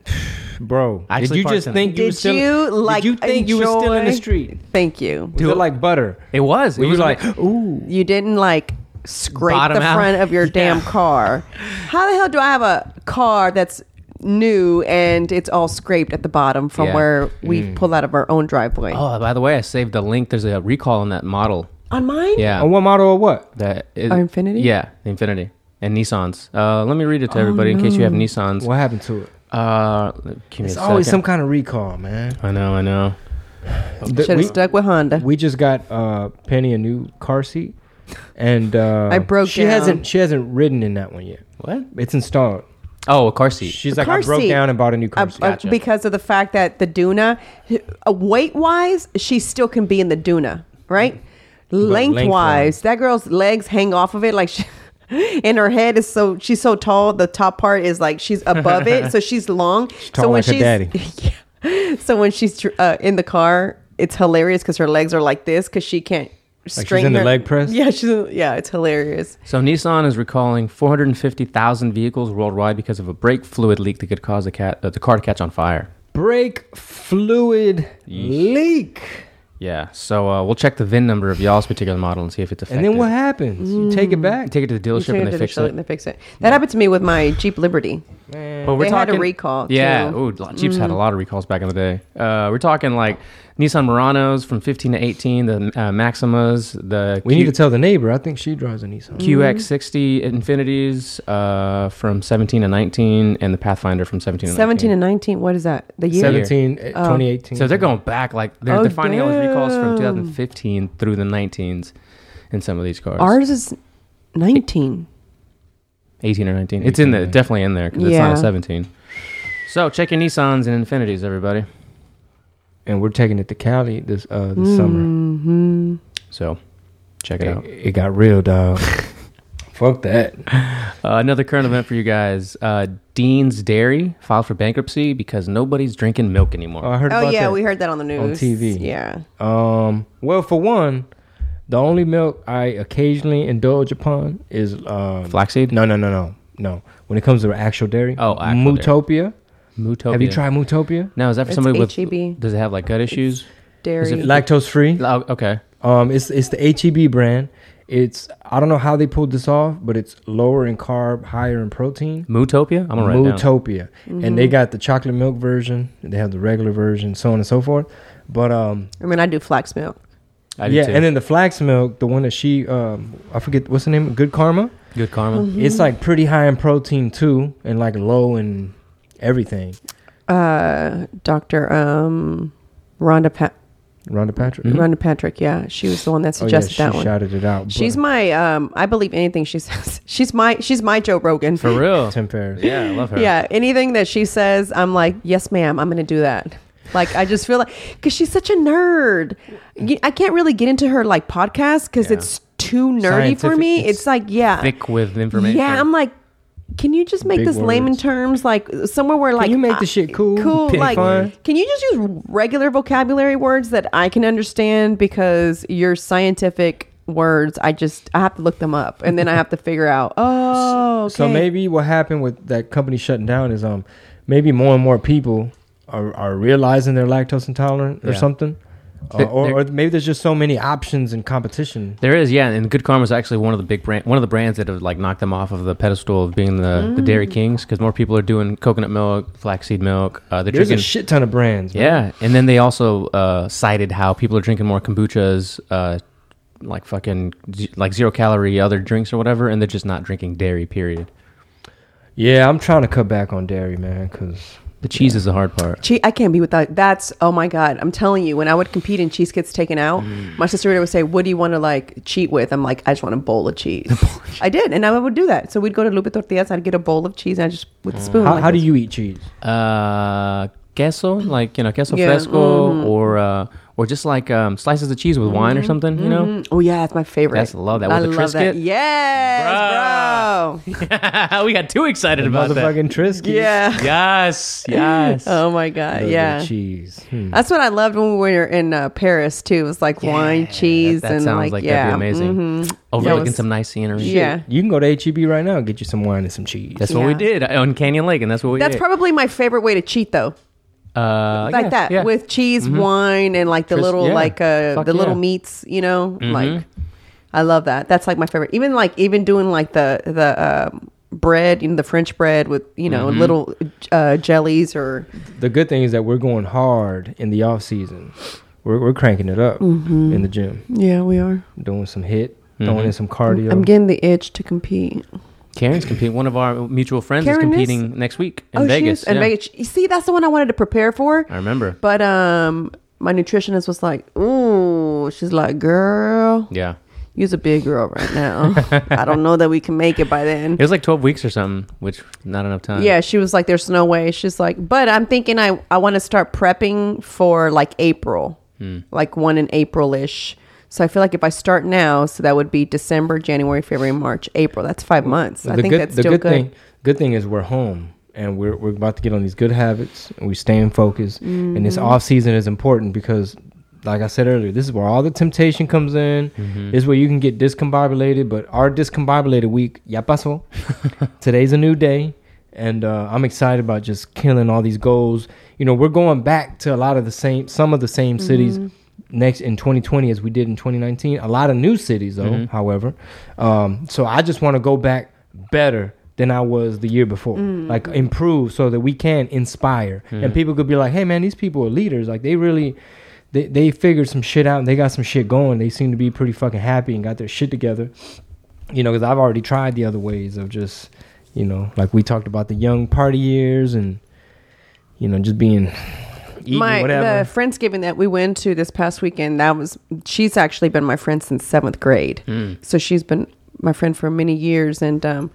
B: Bro,
D: I actually
B: did you
D: parked
B: just
D: in it.
B: think you were
C: did
B: still?
C: you like
B: did you think you were still in the
C: enjoy-
B: street?
C: thank you
B: Was it like butter?
D: It was. It
B: We were
D: was
B: like,
D: like
B: ooh.
C: you didn't like scrape
D: Bottom
C: the
D: out.
C: front of your damn car how the hell do i have a car that's new and it's all scraped at the bottom from
D: Yeah. Mm.
C: where we pull out of our own driveway
D: oh, by the way, I saved the link. There's a recall on that model.
C: on mine
D: Yeah.
B: On what model or what?
D: That it-
C: Our Oh, Infinity? Oh,
D: Yeah, the Infinity and Nissans. Uh, let me read it to everybody in case you have Nissans.
B: What happened to it?
D: Uh, give me
B: It's
D: a
B: always some
D: second.
B: kind of recall, man.
D: I know, I know.
B: The-
C: should have
B: we-
C: stuck with honda
B: we just got uh Penny a new car seat, and uh,
C: I broke
B: She
C: down.
B: hasn't she hasn't ridden in that one yet.
D: What?
B: It's installed.
D: Oh, a car seat.
B: She's
C: A
B: like
C: car
B: I broke
C: seat.
B: down and bought a new car
C: Uh,
B: seat.
C: uh,
D: Gotcha.
C: because of the fact that the Duna, uh, weight wise, she still can be in the Duna, right? Lengthwise,
B: lengthwise.
C: that girl's legs hang off of it like she. And her head is so she's so tall. The top part is like she's above it, so she's long.
B: tall
C: so
B: like her daddy.
C: Yeah. so when she's tr- uh, in the car, it's hilarious because her legs are like this because she can't
B: in
C: straighten
B: the
C: her-
B: leg press?
C: Yeah, she's yeah, it's hilarious.
D: So Nissan is recalling 450,000 vehicles worldwide because of a brake fluid leak that could cause the, cat, uh, the car to catch on fire.
B: Brake fluid leak.
D: Yeah. So uh, we'll check the VIN number of y'all's particular model and see if it's
B: And
D: affected.
B: then what happens? You take it back.
D: Take it to the
C: You
D: dealership
C: take
D: and
C: her
D: they
C: to the
D: fix
C: show
D: it.
C: and they fix it. That happened to me with my Jeep Liberty.
D: But we're
C: They had a
D: talking
C: recall,
D: Yeah,
C: too. Mm.
D: ooh, Jeeps had a lot of recalls back in the day. Uh, we're talking like Nissan Muranos from 15 to 18, the uh, Maximas, the
B: we need
D: Q-
B: to tell the neighbor. I think she drives a Nissan.
C: Mm.
D: QX60 Infinities uh, from 17 to 19, and the Pathfinder from 17 to
C: 17
D: 19.
C: and 19, what is that? The year?
B: 17, uh, 2018.
D: So they're going back like they're,
C: Oh,
D: they're finding all those recalls from
C: damn.
D: 2015 through the 19s in some of these cars.
C: Ours is 19.
D: 18 or 19. It's in the definitely in there because it's
C: Yeah.
D: not a 17. So check your Nissans and Infinities, everybody.
B: and we're taking it to Cali this uh this
C: Mm.
B: summer.
D: So check it out.
B: It, it got real, dog. Fuck that.
D: Uh, another current event for you guys. Uh, Dean's Dairy filed for bankruptcy because nobody's drinking milk anymore.
B: Oh, I heard
C: Oh,
B: about
C: yeah,
B: that.
C: we heard that on the news.
B: On TV.
C: Yeah.
B: Um, well, for one, the only milk I occasionally indulge upon is um,
D: Flaxseed?
B: No, no, no, no, no. When it comes to actual dairy,
D: Oh, actual dairy.
B: Mootopia.
D: Mootopia.
B: Have you tried E Mootopia?
D: Now is that for
C: It's
D: somebody with?
C: H-E-B.
D: Does it have like gut issues?
B: E
C: Dairy.
B: Lactose free.
D: Oh, okay.
B: Um, it's it's the HEB brand. It's I don't know how they pulled this off, but it's lower in carb, higher in protein.
D: Mootopia. I'm gonna write it down.
B: Mootopia, and
C: Mm-hmm.
B: they got the chocolate milk version. They have the regular version, so on and so forth. But um,
C: I mean, I do flax milk.
D: I do
B: yeah,
D: too.
B: and then the flax milk, the one that she um, I forget what's the name, Good Karma.
D: good karma.
C: Mm-hmm.
B: It's like pretty high in protein too, and like low in everything.
C: Uh, Dr. Um, Rhonda, pa-
B: Rhonda Patrick.
D: Mm-hmm.
C: Rhonda Patrick, yeah. She was the one that
B: Mm-hmm. Oh yeah,
C: suggested
B: she
C: that one.
B: shouted it out.
C: She's
B: but-
C: my, um, I believe anything she says. She's my, she's my Joe Rogan.
D: For real.
B: Tim Ferriss.
D: Yeah, I love her.
C: Yeah, anything that she says, I'm like, yes, ma'am, I'm going to do that. Like, I just feel like, because she's such a nerd. Y- I can't really get into her, like, podcast because
D: Yeah.
C: it's too nerdy for
B: Scientific-
C: me.
B: it's
C: It's like, yeah.
D: Thick with information.
C: Yeah, I'm like, Can you just make
B: Big
C: this layman
B: words.
C: terms like somewhere where like
B: you make
C: I-
B: this shit cool?
C: Cool,
B: Pick
C: like
B: fun?
C: can you just use regular vocabulary words that I can understand because your scientific words I just I have to look them up and then I have to figure out oh okay.
B: So maybe what happened with that company shutting down is um maybe more and more people are, are realizing they're lactose intolerant or
D: Yeah.
B: something. Or,
D: They're-
B: or,
D: they're-
B: or maybe there's just so many options and competition.
D: There is, yeah, and Good Karma is actually one of the big brand, one of the brands that have like knocked them off of the pedestal of being the, the Dairy Kings because more people are doing coconut milk, flaxseed milk. Uh, they're
B: There's a
D: drinking,
B: shit ton of brands. man.
D: yeah, and then they also uh, cited how people are drinking more kombuchas, uh, like fucking z- like zero calorie other drinks or whatever, and they're just not drinking dairy. Period.
B: Yeah, I'm trying to cut back on dairy, man, because
D: The cheese is the hard part.
C: Che- I can't be without that's oh my god I'm telling you when I would compete and cheese gets taken out
D: Mm.
C: my sister would say what do you want to like cheat with I'm like I just want a bowl of cheese I did and I would do that so we'd go to Lupe Tortillas I'd get a bowl of cheese and I just
D: Mm.
C: with a spoon
B: how,
C: like
B: how
C: this.
B: do you eat cheese?
D: Uh, queso, like you know, queso
C: Yeah,
D: fresco, or uh, or just like um, slices of cheese with wine or something. You know,
C: Mm, oh yeah that's my favorite
D: That's- love that.
C: I
D: With the
C: love that
D: Triscuit?
C: yes bro
D: Mm-hmm. we got too excited about that.
B: Motherfucking Triscuit.
C: yeah
D: Yes, yes.
C: oh my god
B: Those are
C: yeah
B: Cheese. Hmm.
C: that's what I loved when we were in uh, Paris too it was like wine cheese
D: that, that
C: and
D: sounds
C: like,
D: like,
C: yeah
D: that'd be amazing.
C: Mhm.
D: Overlooking
C: Yeah, it was-
D: some nice scenery.
C: yeah
B: You can go to HEB right now and get you some wine and some cheese.
D: That's what we
C: Yeah.
D: did on Canyon Lake, and that's what we
C: that's
D: ate.
C: probably my favorite way to cheat though
D: uh,
C: like
D: yeah,
C: that
D: yeah.
C: with cheese, wine, and like the
D: Tris-
C: little
D: yeah.
C: like uh
D: Fuck
C: the little
D: yeah. Mm-hmm.
C: meats. You know, like I love that. That's like my favorite. Even like even doing like the the um bread, you know, the French bread with you know
D: Mm-hmm.
C: little uh, jellies or
B: the good thing is that we're going hard in the off season. We're, we're cranking it up
C: Mm-hmm.
B: in the gym,
C: yeah, we are.
B: doing some hit,
D: Mm-hmm.
B: throwing in some cardio.
C: I'm getting the itch to compete.
D: Karen's competing. One of our mutual friends is
C: Karen is-
D: competing next week in
C: oh,
D: Vegas.
C: she is in
D: yeah.
C: Vegas. You see, that's the one I wanted to prepare for.
D: I remember.
C: But um, my nutritionist was like, "Ooh," she's like, "Girl,
D: Yeah,
C: you's a big girl right now. I don't know that we can make it by then."
D: it was like twelve weeks or something, which not enough time.
C: Yeah, she was like, "There's no way." She's like, "But I'm thinking I I want to start prepping for like April, like one in April ish." So I feel like if I start now, so that would be December, January, February, March, April. That's five months. I think that's still good.
B: thing, good thing is we're home and we're we're about to get on these good habits and we staying focused. And
C: Mm.
B: this off season is important because, like I said earlier, this is where all the temptation comes in. This is where you can get discombobulated. But our discombobulated week ya pasó. Today's a new day. And uh, I'm excited about just killing all these goals. You know, we're going back to a lot of the same, some of the same cities
C: Mm-hmm.
B: next in 2020 as we did in 2019. A lot of new cities, though. However, um, so I just want to go back better than I was the year before. Like improve so that we can inspire
D: Hmm.
B: and people could be like, "Hey man, these people are leaders. Like they really they they figured some shit out and they got some shit going. They seem to be pretty fucking happy and got their shit together." You know, cuz I've already tried the other ways of just, you know, like we talked about the young party years and you know, just being eating
C: my
B: whatever.
C: the friendsgiving that we went to this past weekend that was she's actually been my friend since seventh grade
B: Hmm.
C: so she's been my friend for many years and um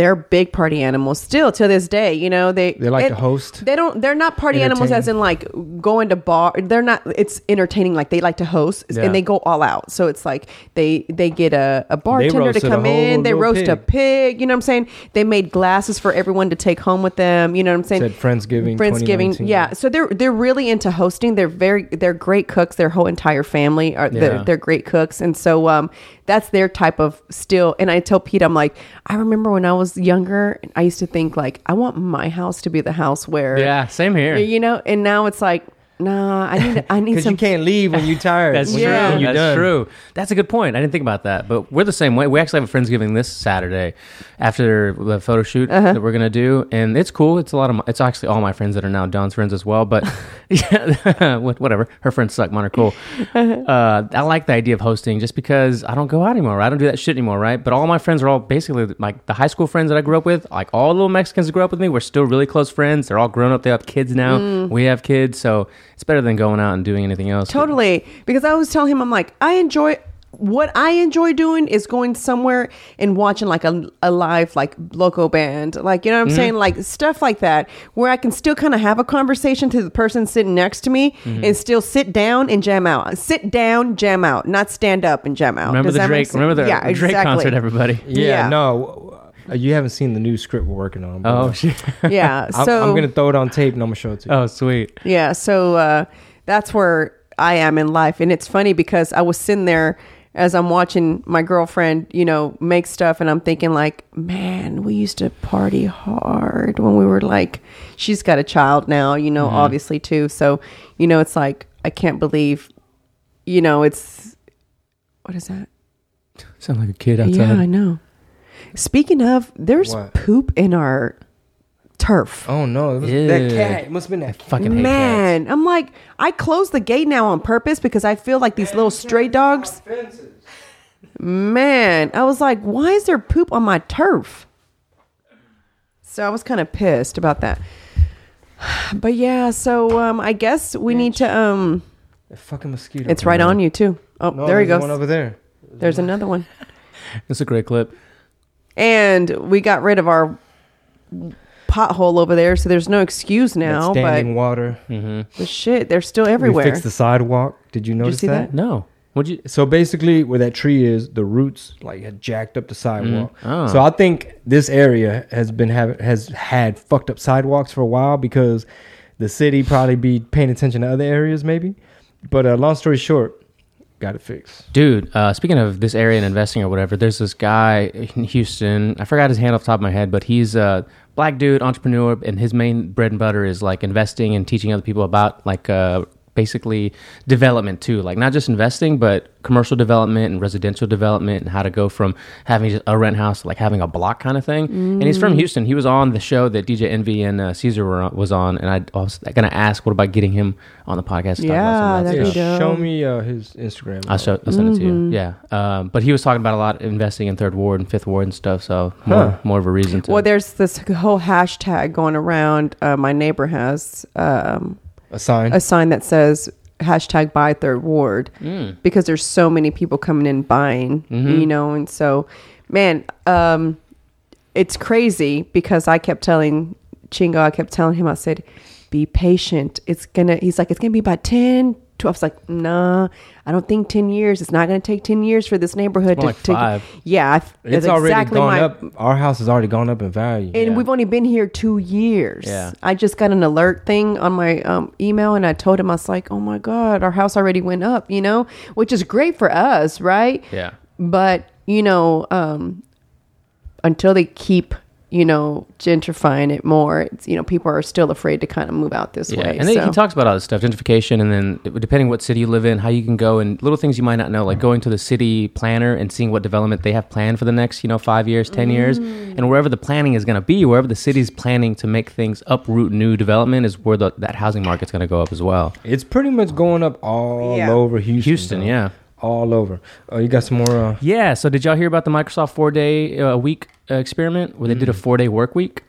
C: they're big party animals still to this day you know they
B: They like to host.
C: they don't they're not party animals
B: Entertain.
C: as in like going to bar they're not it's entertaining like they like to host
B: Yeah.
C: and they go all out so it's like they they get a, a bartender to
B: roasted a
C: come
B: whole
C: in they
B: little
C: roast a
B: pig.
C: pig you know what i'm saying they made glasses for everyone to take home with them you know what i'm saying
B: Said Friendsgiving
C: friendsgiving
B: 2019.
C: yeah so they're they're really into hosting. They're very they're great cooks. Their whole entire family are
D: Yeah.
C: they're, they're great cooks, and so um that's their type of still. And I tell Pete, I'm like, I remember when I was younger, I used to think like I want my house to be the house where
D: yeah, same here.
C: you know. And now it's like, nah, I need I need
B: Cause
C: some.
B: you can't leave when you're tired.
D: That's
B: When
D: true.
B: you're-
C: Yeah.
B: when you're
D: That's
B: done.
D: true. That's a good point. I didn't think about that, but we're the same way. We actually have a friendsgiving this Saturday after the photo shoot that we're gonna do, and it's cool. It's a lot of. My, it's actually all my friends that are now Don's friends as well. But yeah, what- whatever. Her friends suck. Mine are cool. Uh, I like the idea of hosting just because I don't go out anymore. Right? I don't do that shit anymore. Right? But all my friends are all basically like the high school friends that I grew up with. Like all the little Mexicans that grew up with me, we're still really close friends. They're all grown up. They have kids now. We have kids, so it's better than going out and doing anything else.
C: Totally. Because I always tell him, I'm like, I enjoy what I enjoy doing is going somewhere and watching like a, a live like local band. Like, you know what I'm
D: Mm-hmm.
C: saying? Like stuff like that where I can still kind of have a conversation to the person sitting next to me
D: Mm-hmm.
C: and still sit down and jam out. Sit down, jam out, not stand up and jam out.
D: Remember
C: Does
D: the
C: that make
D: Drake?
C: sense?
D: Remember the Drake
C: exactly.
D: concert, everybody.
B: Yeah,
C: Yeah.
B: no. Uh, You haven't seen the new script we're working on. but,
D: Oh
B: uh,
D: shit.
C: Yeah.
B: I'm,
C: So
B: I'm gonna throw it on tape and I'm gonna show it to you.
D: Oh sweet.
C: Yeah, so uh, that's where I am in life, and it's funny because I was sitting there as I'm watching my girlfriend, you know, make stuff, and I'm thinking like, man, we used to party hard when we were like, she's got a child now, you know, obviously too, so you know, it's like I can't believe, you know, it's what is that?
D: Sound like a kid
C: Yeah, I
D: outside.
C: know. Speaking of, there's
B: What?
C: poop in our turf.
B: Oh no, it was that
D: Ew.
B: cat. It must have been that.
D: Fucking hate cats.
C: Man, I'm like, I close the gate now on purpose because I feel like these little stray dogs. Man, I was like, why is there poop on my turf? So I was kind of pissed about that. But yeah, so um, I guess we need to. Um,
B: That fucking mosquito.
C: it's right on you too. Oh,
B: No,
C: there he
B: there's
C: goes.
B: One over there.
C: there's another one,
D: That's a great clip.
C: and we got rid of our pothole over there, so there's no excuse
B: That's
C: now.
B: standing
C: But
B: water.
C: the shit, they're still everywhere.
B: We fixed the sidewalk. Did you notice
C: see
B: that?
D: No. Would you?
B: So basically, where that tree is, the roots like had jacked up the sidewalk.
D: Oh.
B: So I think this area has been having has had fucked up sidewalks for a while because the city probably be paying attention to other areas maybe. But uh, long story short, got it fixed.
D: Dude, uh, speaking of this area and investing or whatever, there's this guy in Houston. I forgot his hand off the top of my head, but he's a black dude, entrepreneur, and his main bread and butter is like investing and teaching other people about like uh, basically development too. Like not just investing, but commercial development and residential development and how to go from having just a rent house to like having a block kind of thing. And he's from Houston. He was on the show that DJ Envy and uh, Caesar were on, was on, and I, I was going to ask, what about getting him on the podcast? to talk about some
C: Yeah,
D: of that
C: that'd
D: stuff?
C: be
B: Yeah,
C: dope.
B: show me uh, his Instagram.
D: I'll, show, I'll send it to you.
C: Mm-hmm.
D: Yeah. Um, but he was talking about a lot of investing in third ward and fifth ward and stuff. So more,
B: Huh.
D: more of a reason to.
C: Well, there's this whole hashtag going around. Uh, my neighbor has um,
B: a sign.
C: a sign that says hashtag buy third ward
B: Mm.
C: because there's so many people coming in buying,
B: Mm-hmm.
C: you know, and so, man, um, it's crazy because I kept telling Chingo, I kept telling him, I said, be patient. It's gonna, he's like, it's gonna be about 10, 12. I was like, nah, I don't think 10 years. It's not gonna take 10 years for this neighborhood
D: more
C: to
D: like
C: to-
D: five.
C: Yeah. I,
B: it's
C: that's
B: already
C: exactly
B: gone
C: my-
B: up. Our house has already gone up in value.
C: and
D: Yeah.
C: we've only been here two years.
D: Yeah.
C: I just got an alert thing on my um, email, and I told him I was like, "Oh my god, our house already went up," you know, which is great for us, right?
D: yeah.
C: But you know, um, until they keep you know gentrifying it more, it's, you know, people are still afraid to kind of move out this
D: Yeah.
C: way.
D: And then
C: so.
D: he talks about all this stuff, gentrification, and then it- depending what city you live in, how you can go and little things you might not know, like going to the city planner and seeing what development they have planned for the next, you know, five years, 10 years.
C: Mm.
D: And wherever the planning is going to be, wherever the city's planning to make things uproot new development is where the, that housing market's going to go up as well.
B: It's pretty much going up all
C: Yeah.
B: over Houston.
D: Houston,
B: though.
D: yeah.
B: all over. Oh, you got some more. Uh,
D: Yeah. So did y'all hear about the Microsoft four day uh, week uh, experiment where they did a four day work week?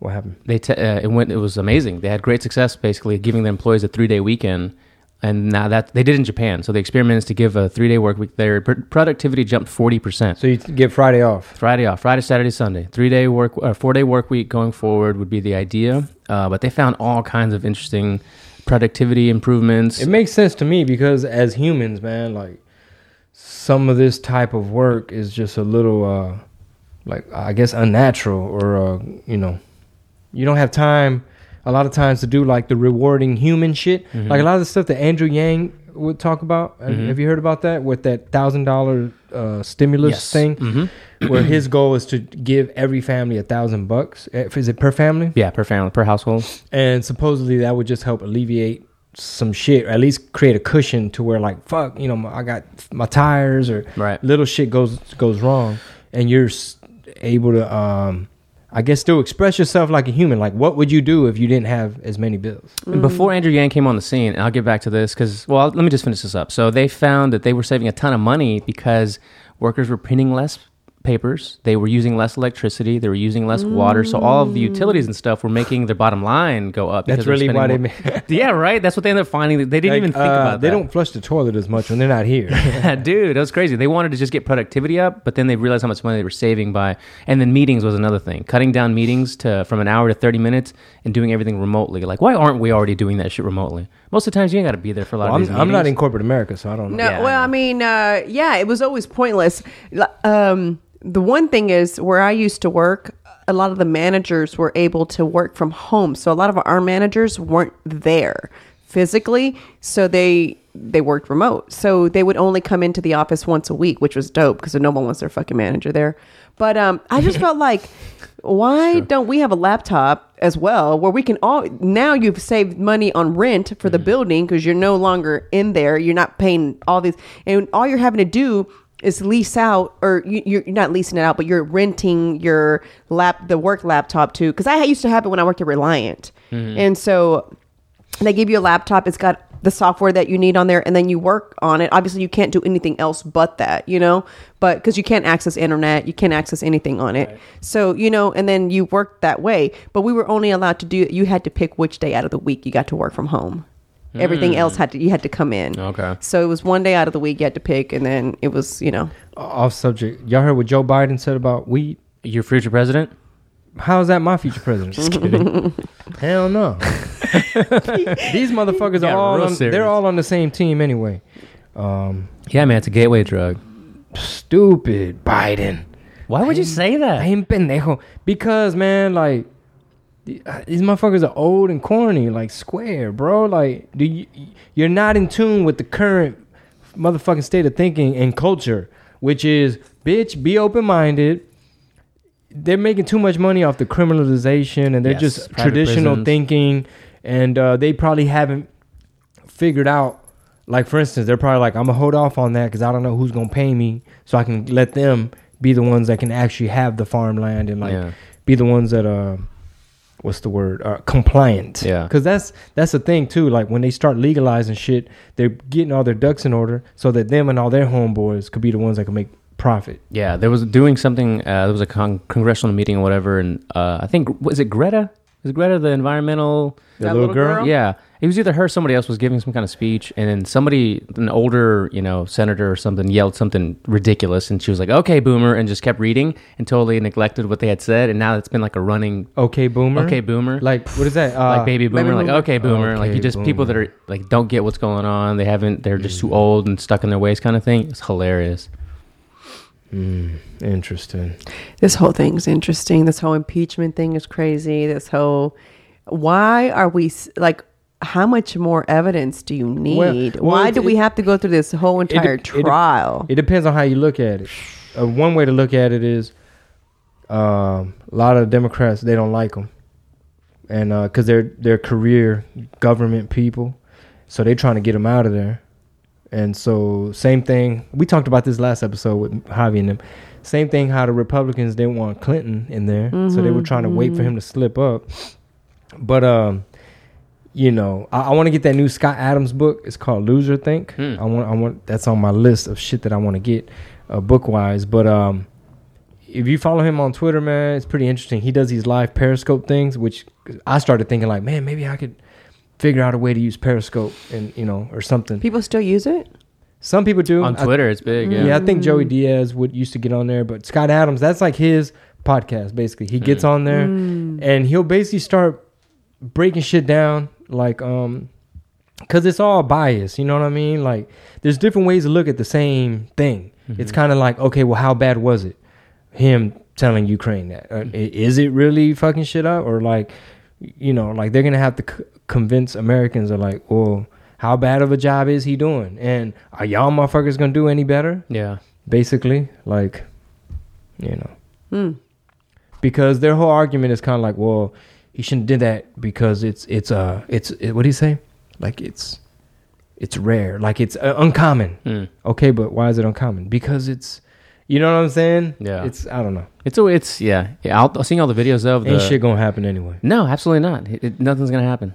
B: what happened?
D: they te- uh, it went it was amazing. They had great success basically giving their employees a three day weekend, and now that they did in Japan. So the experiment is to give a three day work week. Their pr- productivity jumped forty percent.
B: So you get Friday off.
D: Friday off, Friday, Saturday, Sunday, three day work, uh, four day work week going forward would be the idea. Uh, but they found all kinds of interesting productivity improvements.
B: It makes sense to me because as humans, man, like some of this type of work is just a little, uh, like I guess unnatural, or uh, you know, you don't have time a lot of times to do like the rewarding human shit, like a lot of the stuff that Andrew Yang would talk about. Have- Have you heard about that with that thousand dollar uh, stimulus
D: Yes.
B: thing, where his goal is to give every family a thousand bucks? Eh, Is it per family?
D: yeah, per family, per household.
B: and supposedly that would just help alleviate some shit or at least create a cushion to where like fuck you know my, i got my tires or
D: Right.
B: little shit goes goes wrong and you're s- able to um i guess still express yourself like a human like what would you do if you didn't have as many bills
D: And Before Andrew Yang came on the scene, and I'll get back to this because, well, let me just finish this up. So they found that they were saving a ton of money because workers were printing less papers, they were using less electricity, they were using less water. So all of the utilities and stuff were making their bottom line go up.
B: that's
D: because were
B: really why they
D: spending
B: ma-
D: more- yeah, right. That's what they ended up finding. They didn't
B: like,
D: even think
B: uh,
D: about.
B: they
D: that.
B: don't flush the toilet as much when they're not here
D: Yeah, dude, that was crazy. They wanted to just get productivity up, but then they realized how much money they were saving by. And then meetings was another thing, cutting down meetings to from an hour to thirty minutes and doing everything remotely. Like, why aren't we already doing that shit remotely? Most of the times, you ain't got to be there for a lot
B: Well,
D: of these
B: I'm, I'm not in
D: meetings.
B: corporate America, so I don't know.
C: No,
D: Yeah, I
C: well,
D: know.
C: I mean, uh, yeah, it was always pointless. L- Um, the one thing is where I used to work, a lot of the managers were able to work from home, so a lot of our managers weren't there physically, so they they worked remote. So they would only come into the office once a week, which was dope because no one wants their fucking manager there. But um, I just felt like, why don't we have a laptop as well where we can all now you've saved money on rent for the building because you're no longer in there you're not paying all these and all you're having to do is lease out or you, you're you're not leasing it out but you're renting your lap the work laptop too because i used to have it when i worked at reliant and so they give you a laptop it's got the software that you need on there and then you work on it obviously you can't do anything else but that you know but because you can't access internet you can't access anything on it so you know and then you work that way but we were only allowed to do you had to pick which day out of the week you got to work from home everything else had to you had to come in
D: Okay.
C: so it was one day out of the week you had to pick and then it was you know
B: Off subject. Y'all heard what Joe Biden said about weed?
D: Your future president?
B: How is that my future president? Just kidding. Hell no. These motherfuckers
D: Got
B: are all
D: real
B: on,
D: serious.
B: they're all on the same team anyway. Um,
D: Yeah, man, it's a gateway drug.
B: stupid Biden.
D: Why would you say
B: I
D: that?
B: ain't pendejo. Because man, like th- these motherfuckers are old and corny, like square, bro. Like, do you you're not in tune with the current motherfucking state of thinking and culture, which is bitch, be open minded. They're making too much money off the criminalization and they're
D: Yes,
B: just
D: private
B: traditional
D: prisons.
B: thinking and uh, they probably haven't figured out like for instance they're probably like i'm gonna hold off on that because i don't know who's gonna pay me so i can let them be the ones that can actually have the farmland and like
D: Yeah.
B: be the ones that uh what's the word uh, compliant
D: Yeah.
B: because that's that's the thing too like when they start legalizing shit they're getting all their ducks in order so that them and all their homeboys could be the ones that can make profit
D: Yeah, there was doing something. Uh, there was a con- congressional meeting or whatever, and uh, I think was it Greta? Is Greta the environmental?
B: the
C: That
B: little,
C: little
B: girl,
C: girl?
D: Yeah, it was either her, or somebody else was giving some kind of speech, and then somebody, an older, you know, senator or something, yelled something ridiculous, and she was like, "Okay, boomer," and just kept reading and totally neglected what they had said, and now it's been like a running,
B: okay boomer
D: okay, boomer,
B: like what is that uh,
D: like baby boomer, like
B: boomer.
D: okay, boomer, like
B: Okay,
D: you just people that
B: boomer. Mm.
D: are like don't get what's going on, they haven't, they're just too old and stuck in their ways, kind of thing. It's hilarious.
B: interesting
C: this whole thing's interesting. This whole impeachment thing is crazy. This whole why are we s- like how much more evidence do you
B: Well-
C: need?
B: well,
C: why
B: it-
C: do we
B: it-
C: have to go through this whole
B: It de-
C: entire
B: it de-
C: trial?
B: It, depends on how you look at it. Uh, one way to look at it is um, a lot of Democrats they don't like them, and because they're they're career government people, so they're trying to get them out of there. And so same thing we talked about this last episode with Javi and them. Same thing how the Republicans didn't want Clinton in there, so they were trying to wait for
C: Mm-hmm.
B: him to slip up. But um, you know, I, I want to get that new Scott Adams book. It's called Loser Think.
D: Hmm.
B: I want, I want that's on my list of shit that I want to get, uh, book wise. But um, if you follow him on Twitter, man, it's pretty interesting. He does these live Periscope things, which I started thinking like, man, maybe I could figure out a way to use Periscope and you know or something.
C: People still use it?
B: Some people do
D: On
B: I- Mm.
D: Twitter, it's big.
B: yeah. I think Joey Diaz would used to get on there, but Scott Adams, that's like his podcast basically. He gets on there and he'll basically start breaking shit down like um cuz it's all bias, you know what I mean? Like there's different ways to look at the same thing. It's kind of like, okay, well how bad was it? Him telling Ukraine that. Uh, i- is it really fucking shit up or like you know, like they're going to have to c- convince Americans are like, "Well, how bad of a job is he doing? And are y'all motherfuckers gonna do any better?
D: Yeah.
B: basically like you know
C: Hmm.
B: because their whole argument is kind of like well he shouldn't did that because it's it's uh it's it, what do you say like it's it's rare like it's uh, uncommon
D: Mm.
B: okay but why is it uncommon because it's you know what i'm saying
D: Yeah.
B: it's i don't know
D: It's a, it's yeah. yeah I'll, I'll seeing all the videos of the.
B: ain't shit gonna happen anyway
D: No, absolutely not. It, it- nothing's gonna happen.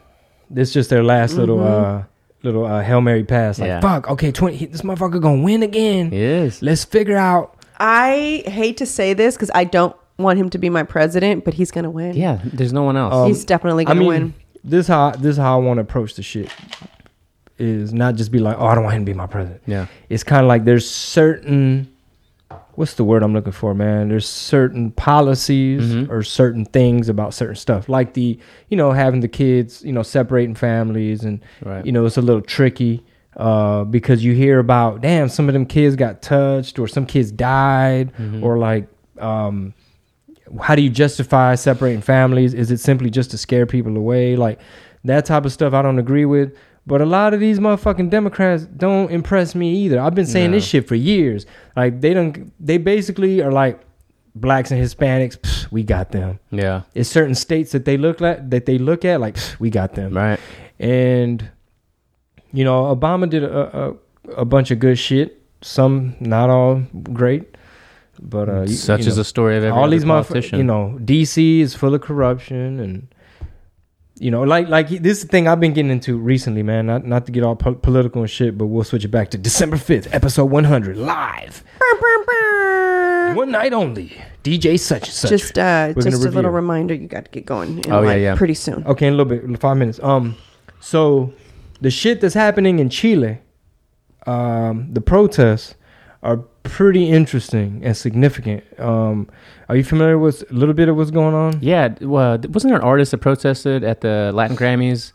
B: it's just their last little uh little uh hail mary pass like
D: Yeah.
B: fuck okay 20 this motherfucker gonna win again
D: It is.
B: let's figure out
C: I hate to say this because I don't want him to be my president, but he's gonna win.
D: Yeah, there's no one else.
B: Um,
C: he's definitely gonna win.
B: This how this how I want to approach the shit is not just be like, oh, I don't want him to be my president.
D: yeah,
B: It's kind of like there's certain what's the word I'm looking for, man? There's certain policies
D: Mm-hmm.
B: or certain things about certain stuff, like the you know having the kids, you know, separating families, and
D: Right.
B: you know it's a little tricky uh, because you hear about damn some of them kids got touched or some kids died
D: Mm-hmm.
B: or like. Um, how do you justify separating families? Is it simply just to scare people away? Like that type of stuff I don't agree with. But a lot of these motherfucking Democrats don't impress me either. I've been saying this shit for years. Like they don't they basically are like blacks and Hispanics, pfft, we got them.
D: Yeah.
B: It's certain states that they look at that they look at like pfft, we got them
D: Right.
B: and you know obama did a, a, a bunch of good shit some not all great but uh you-
D: Such
B: you
D: is
B: know,
D: the story of every
B: all these motherfuckers
D: politician.
B: you know dc is full of corruption and you know like like this is the thing i've been getting into recently man not not to get all po- political and shit but we'll switch it back to december 5th episode 100 live one night only dj such and such
C: Just uh,
B: We're gonna
C: just a little
B: review.
C: reminder. You got to get going. in,
D: Oh, yeah,
C: like,
D: yeah.
C: Pretty soon.
B: Okay, in a little bit, five minutes. Um, so the shit that's happening in Chile, um, the protests are pretty interesting and significant. Um, are you familiar with a little bit of what's going on?
D: Yeah. d- Well, th- wasn't there an artist that protested at the Latin Grammys?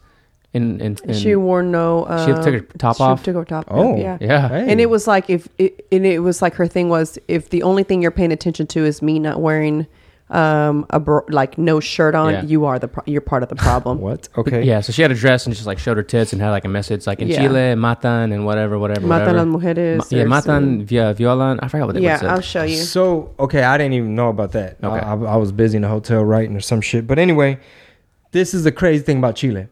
D: In in, in
C: she wore no. Uh,
D: She took her top
C: she
D: off?
C: Took her top off.
B: Oh,
C: yeah.
D: yeah.
B: Hey.
C: And it was like if it, and it was like her thing was if the only thing you're paying attention to is me not wearing um a bro- like no shirt on,
D: Yeah.
C: you are the pro- you're part of the problem.
B: what?
D: But
B: Okay,
D: Yeah, so she had a dress and just like showed her tits and had like a message like in
C: Yeah.
D: Chile, matan and whatever, whatever.
C: Matan
D: whatever.
C: las mujeres.
D: Ma- yeah,
C: there's-
D: matan via violan. I forgot what they
C: Yeah,
D: said.
C: I'll show you.
B: So okay, I didn't even know about that.
D: Okay.
B: I, I, I was busy in a hotel writing or some shit. But anyway, this is the crazy thing about Chile.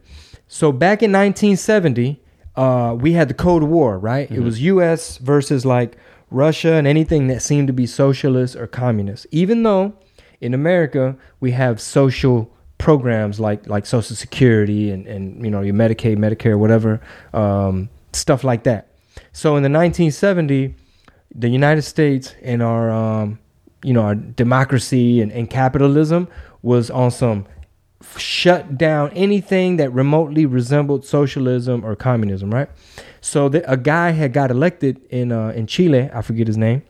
B: So back in 1970, uh, we had the Cold War, right? It was U.S. versus like Russia and anything that seemed to be socialist or communist. Even though in America we have social programs like like Social Security and and you know your Medicaid, Medicare, whatever um, stuff like that. So in the 1970, the United States and our um, you know our democracy and, and capitalism was on some f- shut down anything that remotely resembled socialism or communism, right? So the, a guy had got elected in uh, in Chile, I forget his name,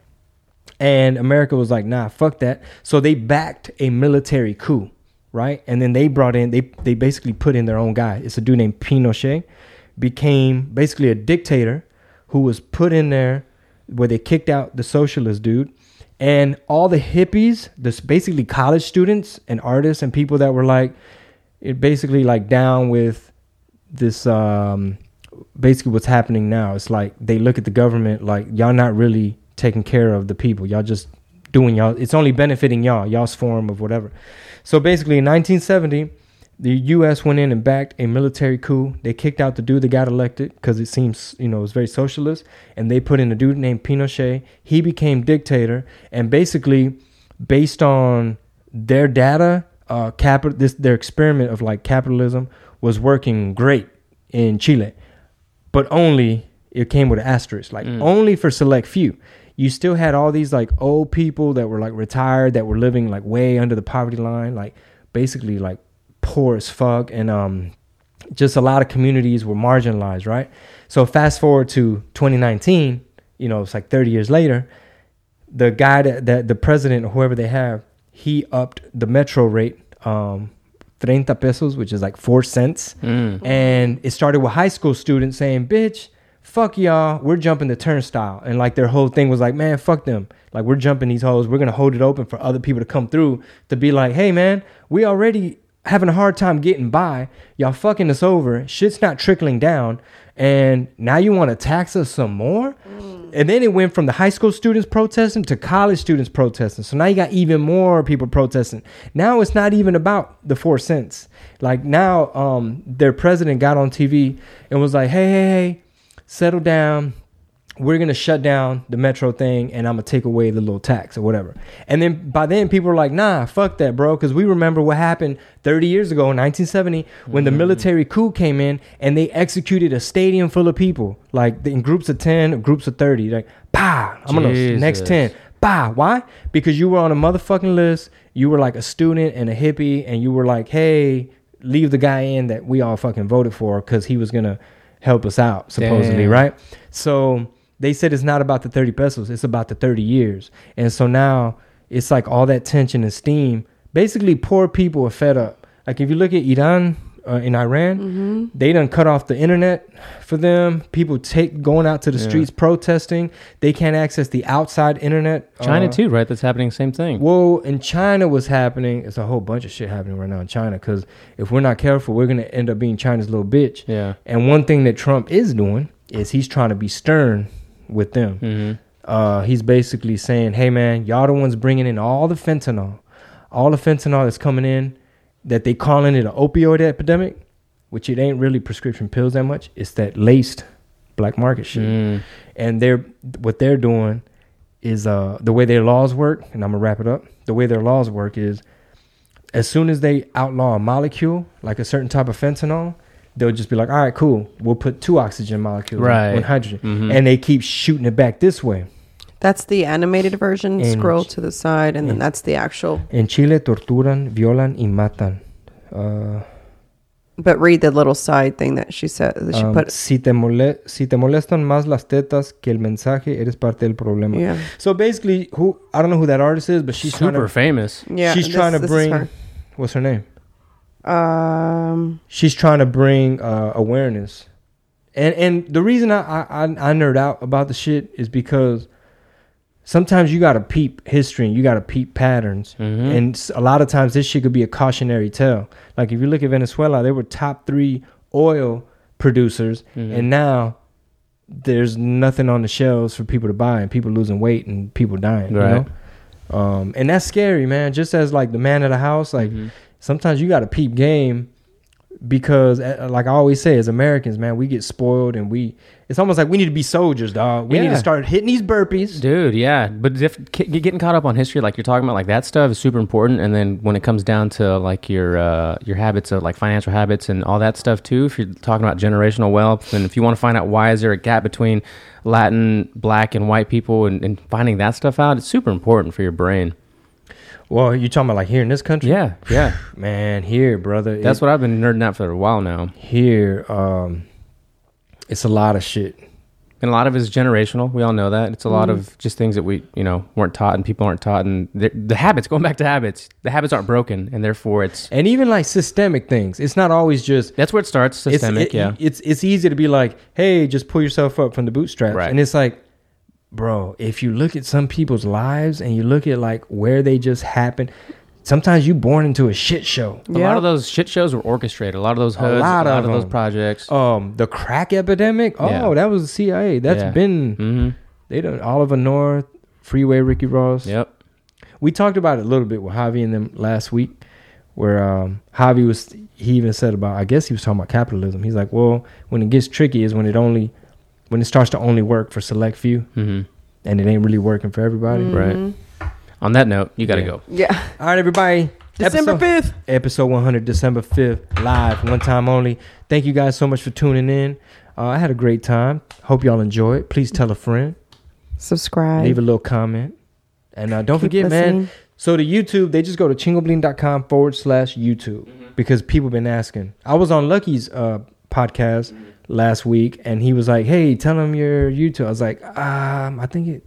B: and America was like, nah, fuck that. So they backed a military coup, right? And then they brought in, they, they basically put in their own guy. It's a dude named Pinochet, became basically a dictator who was put in there where they kicked out the socialist dude. And all the hippies, this basically college students and artists and people that were like, it basically like down with this um basically what's happening now it's like they look at the government like y'all not really taking care of the people y'all just doing y'all it's only benefiting y'all y'all's form of whatever so basically in 1970 the us went in and backed a military coup they kicked out the dude that got elected because it seems you know it was very socialist and they put in a dude named pinochet he became dictator and basically based on their data, uh, capital this their experiment of like capitalism was working great in Chile, but only it came with an asterisk, like only for select few. You still had all these like old people that were like retired that were living like way under the poverty line, like basically like poor as fuck, and um, just a lot of communities were marginalized, right? So fast forward to 2019, you know, it's like 30 years later the guy that, that the president or whoever they have, he upped the metro rate, um, 30 pesos, which is like four cents. And it started with high school students saying, bitch, fuck y'all, we're jumping the turnstile. And like their whole thing was like, man, fuck them. Like we're jumping these hoes. We're going to hold it open for other people to come through to be like, hey, man, we already having a hard time getting by. Y'all fucking us over. Shit's not trickling down. And now you want to tax us some more? And then it went from the high school students protesting to college students protesting. So now you got even more people protesting. Now it's not even about the four cents. Like now, um, their president got on TV and was like, hey, hey, hey, settle down we're gonna shut down the metro thing and I'm gonna take away the little tax or whatever. And then by then people are like, nah, fuck that, bro, because we remember what happened 30 years ago in 1970 when the
D: Mm-hmm.
B: military coup came in and they executed a stadium full of people, like in groups of 10, or groups of 30, like, bah, I'm gonna next
D: Jesus.
B: 10. Bah, why? Because you were on a motherfucking list. You were like a student and a hippie, and you were like, hey, leave the guy in that we all fucking voted for because he was gonna help us out supposedly,
D: Damn.
B: right? So they said it's not about the 30 pesos, it's about the 30 years. And so now it's like all that tension and steam. Basically, poor people are fed up. Like if you look at Iran, uh, in Iran, they done cut off the internet for them. People take going out to the streets protesting. They can't access the outside internet.
D: China
B: Uh,
D: too, right? That's happening. Same thing.
B: well, in China was happening. It's a whole bunch of shit happening right now in China. Because if we're not careful, we're gonna end up being China's little bitch.
D: Yeah.
B: And one thing that Trump is doing is he's trying to be stern with them.
D: Mm-hmm.
B: Uh, he's basically saying, "Hey, man, y'all the ones bringing in all the fentanyl, all the fentanyl that's coming in, that they calling it an opioid epidemic, which it ain't really prescription pills that much. It's that laced black market shit."
D: Mm.
B: and they're what they're doing is uh the way their laws work and i'm gonna wrap it up the way their laws work is as soon as they outlaw a molecule like a certain type of fentanyl they'll just be like all right cool we'll put two oxygen molecules in,
D: Right. Mm-hmm.
B: one hydrogen and they keep shooting it back this way
C: That's the animated version.
B: And-
C: Scroll to the side, and then that's the actual.
B: in chile torturan violan y matan uh,
C: But read the little side thing that she said that she
B: um,
C: put.
B: si, te mole- si te molestan más las tetas que el mensaje eres parte del problema
C: Yeah,
B: so basically who i don't know who that artist is but she's trying
D: super
B: to
D: famous.
C: yeah.
B: she's
C: this-
B: trying to
C: this is
B: bring
C: her.
B: what's her name
C: Um,
B: she's trying to bring uh, awareness and and the reason I, I I- i nerd out about the shit is because sometimes you gotta peep history and you gotta peep patterns and s- a lot of times this shit could be a cautionary tale like if you look at venezuela they were top three oil producers and now there's nothing on the shelves for people to buy and people losing weight and people dying you
D: Right.
B: know um, and that's scary, man. Just as like the man of the house, like sometimes you got to peep game because, uh, like I always say, as Americans, man, we get spoiled and we. It's almost like we need to be soldiers, dog. We need
D: Yeah.
B: to start hitting these burpees.
D: Dude, yeah, but if, ki- getting caught up on history, like you're talking about, like that stuff is super important. And then when it comes down to like your uh, your habits of like financial habits and all that stuff too, if you're talking about generational wealth, and if you want to find out why is there a gap between Latin, Black, and white people, and, and finding that stuff out, it's super important for your brain.
B: Well, you talking about like here in this country?
D: Yeah, yeah,
B: man, here, brother.
D: that's
B: it-
D: what I've been nerding out for a while now,
B: here. Um, it's a lot of shit.
D: and a lot of it is generational. We all know that it's a lot of just things that we you know weren't taught, and people aren't taught, and the the habits going back to habits, the habits aren't broken, and therefore it's.
B: And even like systemic things. It's not always just
D: That's where it starts. Systemic,
B: it's, it-
D: yeah.
B: It's it's easy to be like, hey, just pull yourself up from the bootstraps,
D: Right.
B: and it's like, bro, if you look at some people's lives and you look at like where they just happened, sometimes you born into a shit show.
D: A lot
C: Yeah.
D: of those shit shows were orchestrated. A lot of those hoods, a lot,
B: lot
D: of,
B: of
D: those
B: 'em.
D: projects.
B: Um, the crack epidemic. Oh,
D: Yeah.
B: that was the CIA. That's
D: Yeah.
B: been
D: hmm
B: they done Oliver North, Freeway, Ricky Ross.
D: Yep.
B: we talked about it a little bit with Javi and them last week, where um, Javi was he even said about I guess he was talking about capitalism. He's like, well, when it gets tricky is when it only when it starts to only work for select few,
D: hmm
B: and it ain't really working for everybody.
D: Right. On that note, you got to
B: Yeah.
D: go.
C: Yeah.
B: All right, everybody.
C: December
B: episode,
C: fifth.
B: episode 100, December 5th, live, one time only. Thank you guys so much for tuning in. Uh, I had a great time. Hope y'all enjoy it. Please tell a friend.
C: Subscribe.
B: leave a little comment. And uh, don't
C: Keep
B: forget, man.
C: listening.
B: So the YouTube, they just go to chingobling.com forward slash YouTube because people been asking. I was on Lucky's uh, podcast last week, and he was like, "Hey, tell them your YouTube." I was like, "Um, I think it.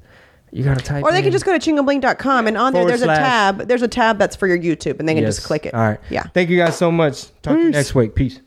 B: You gotta type."
C: Or they can
B: in."
C: just go to chingabling.com and on there
B: Forward
C: there's
B: slash.
C: a tab. There's a tab that's for your YouTube and they can
B: Yes.
C: just click it.
B: All right.
C: Yeah.
B: Thank you guys so much. Talk to you next week. Peace.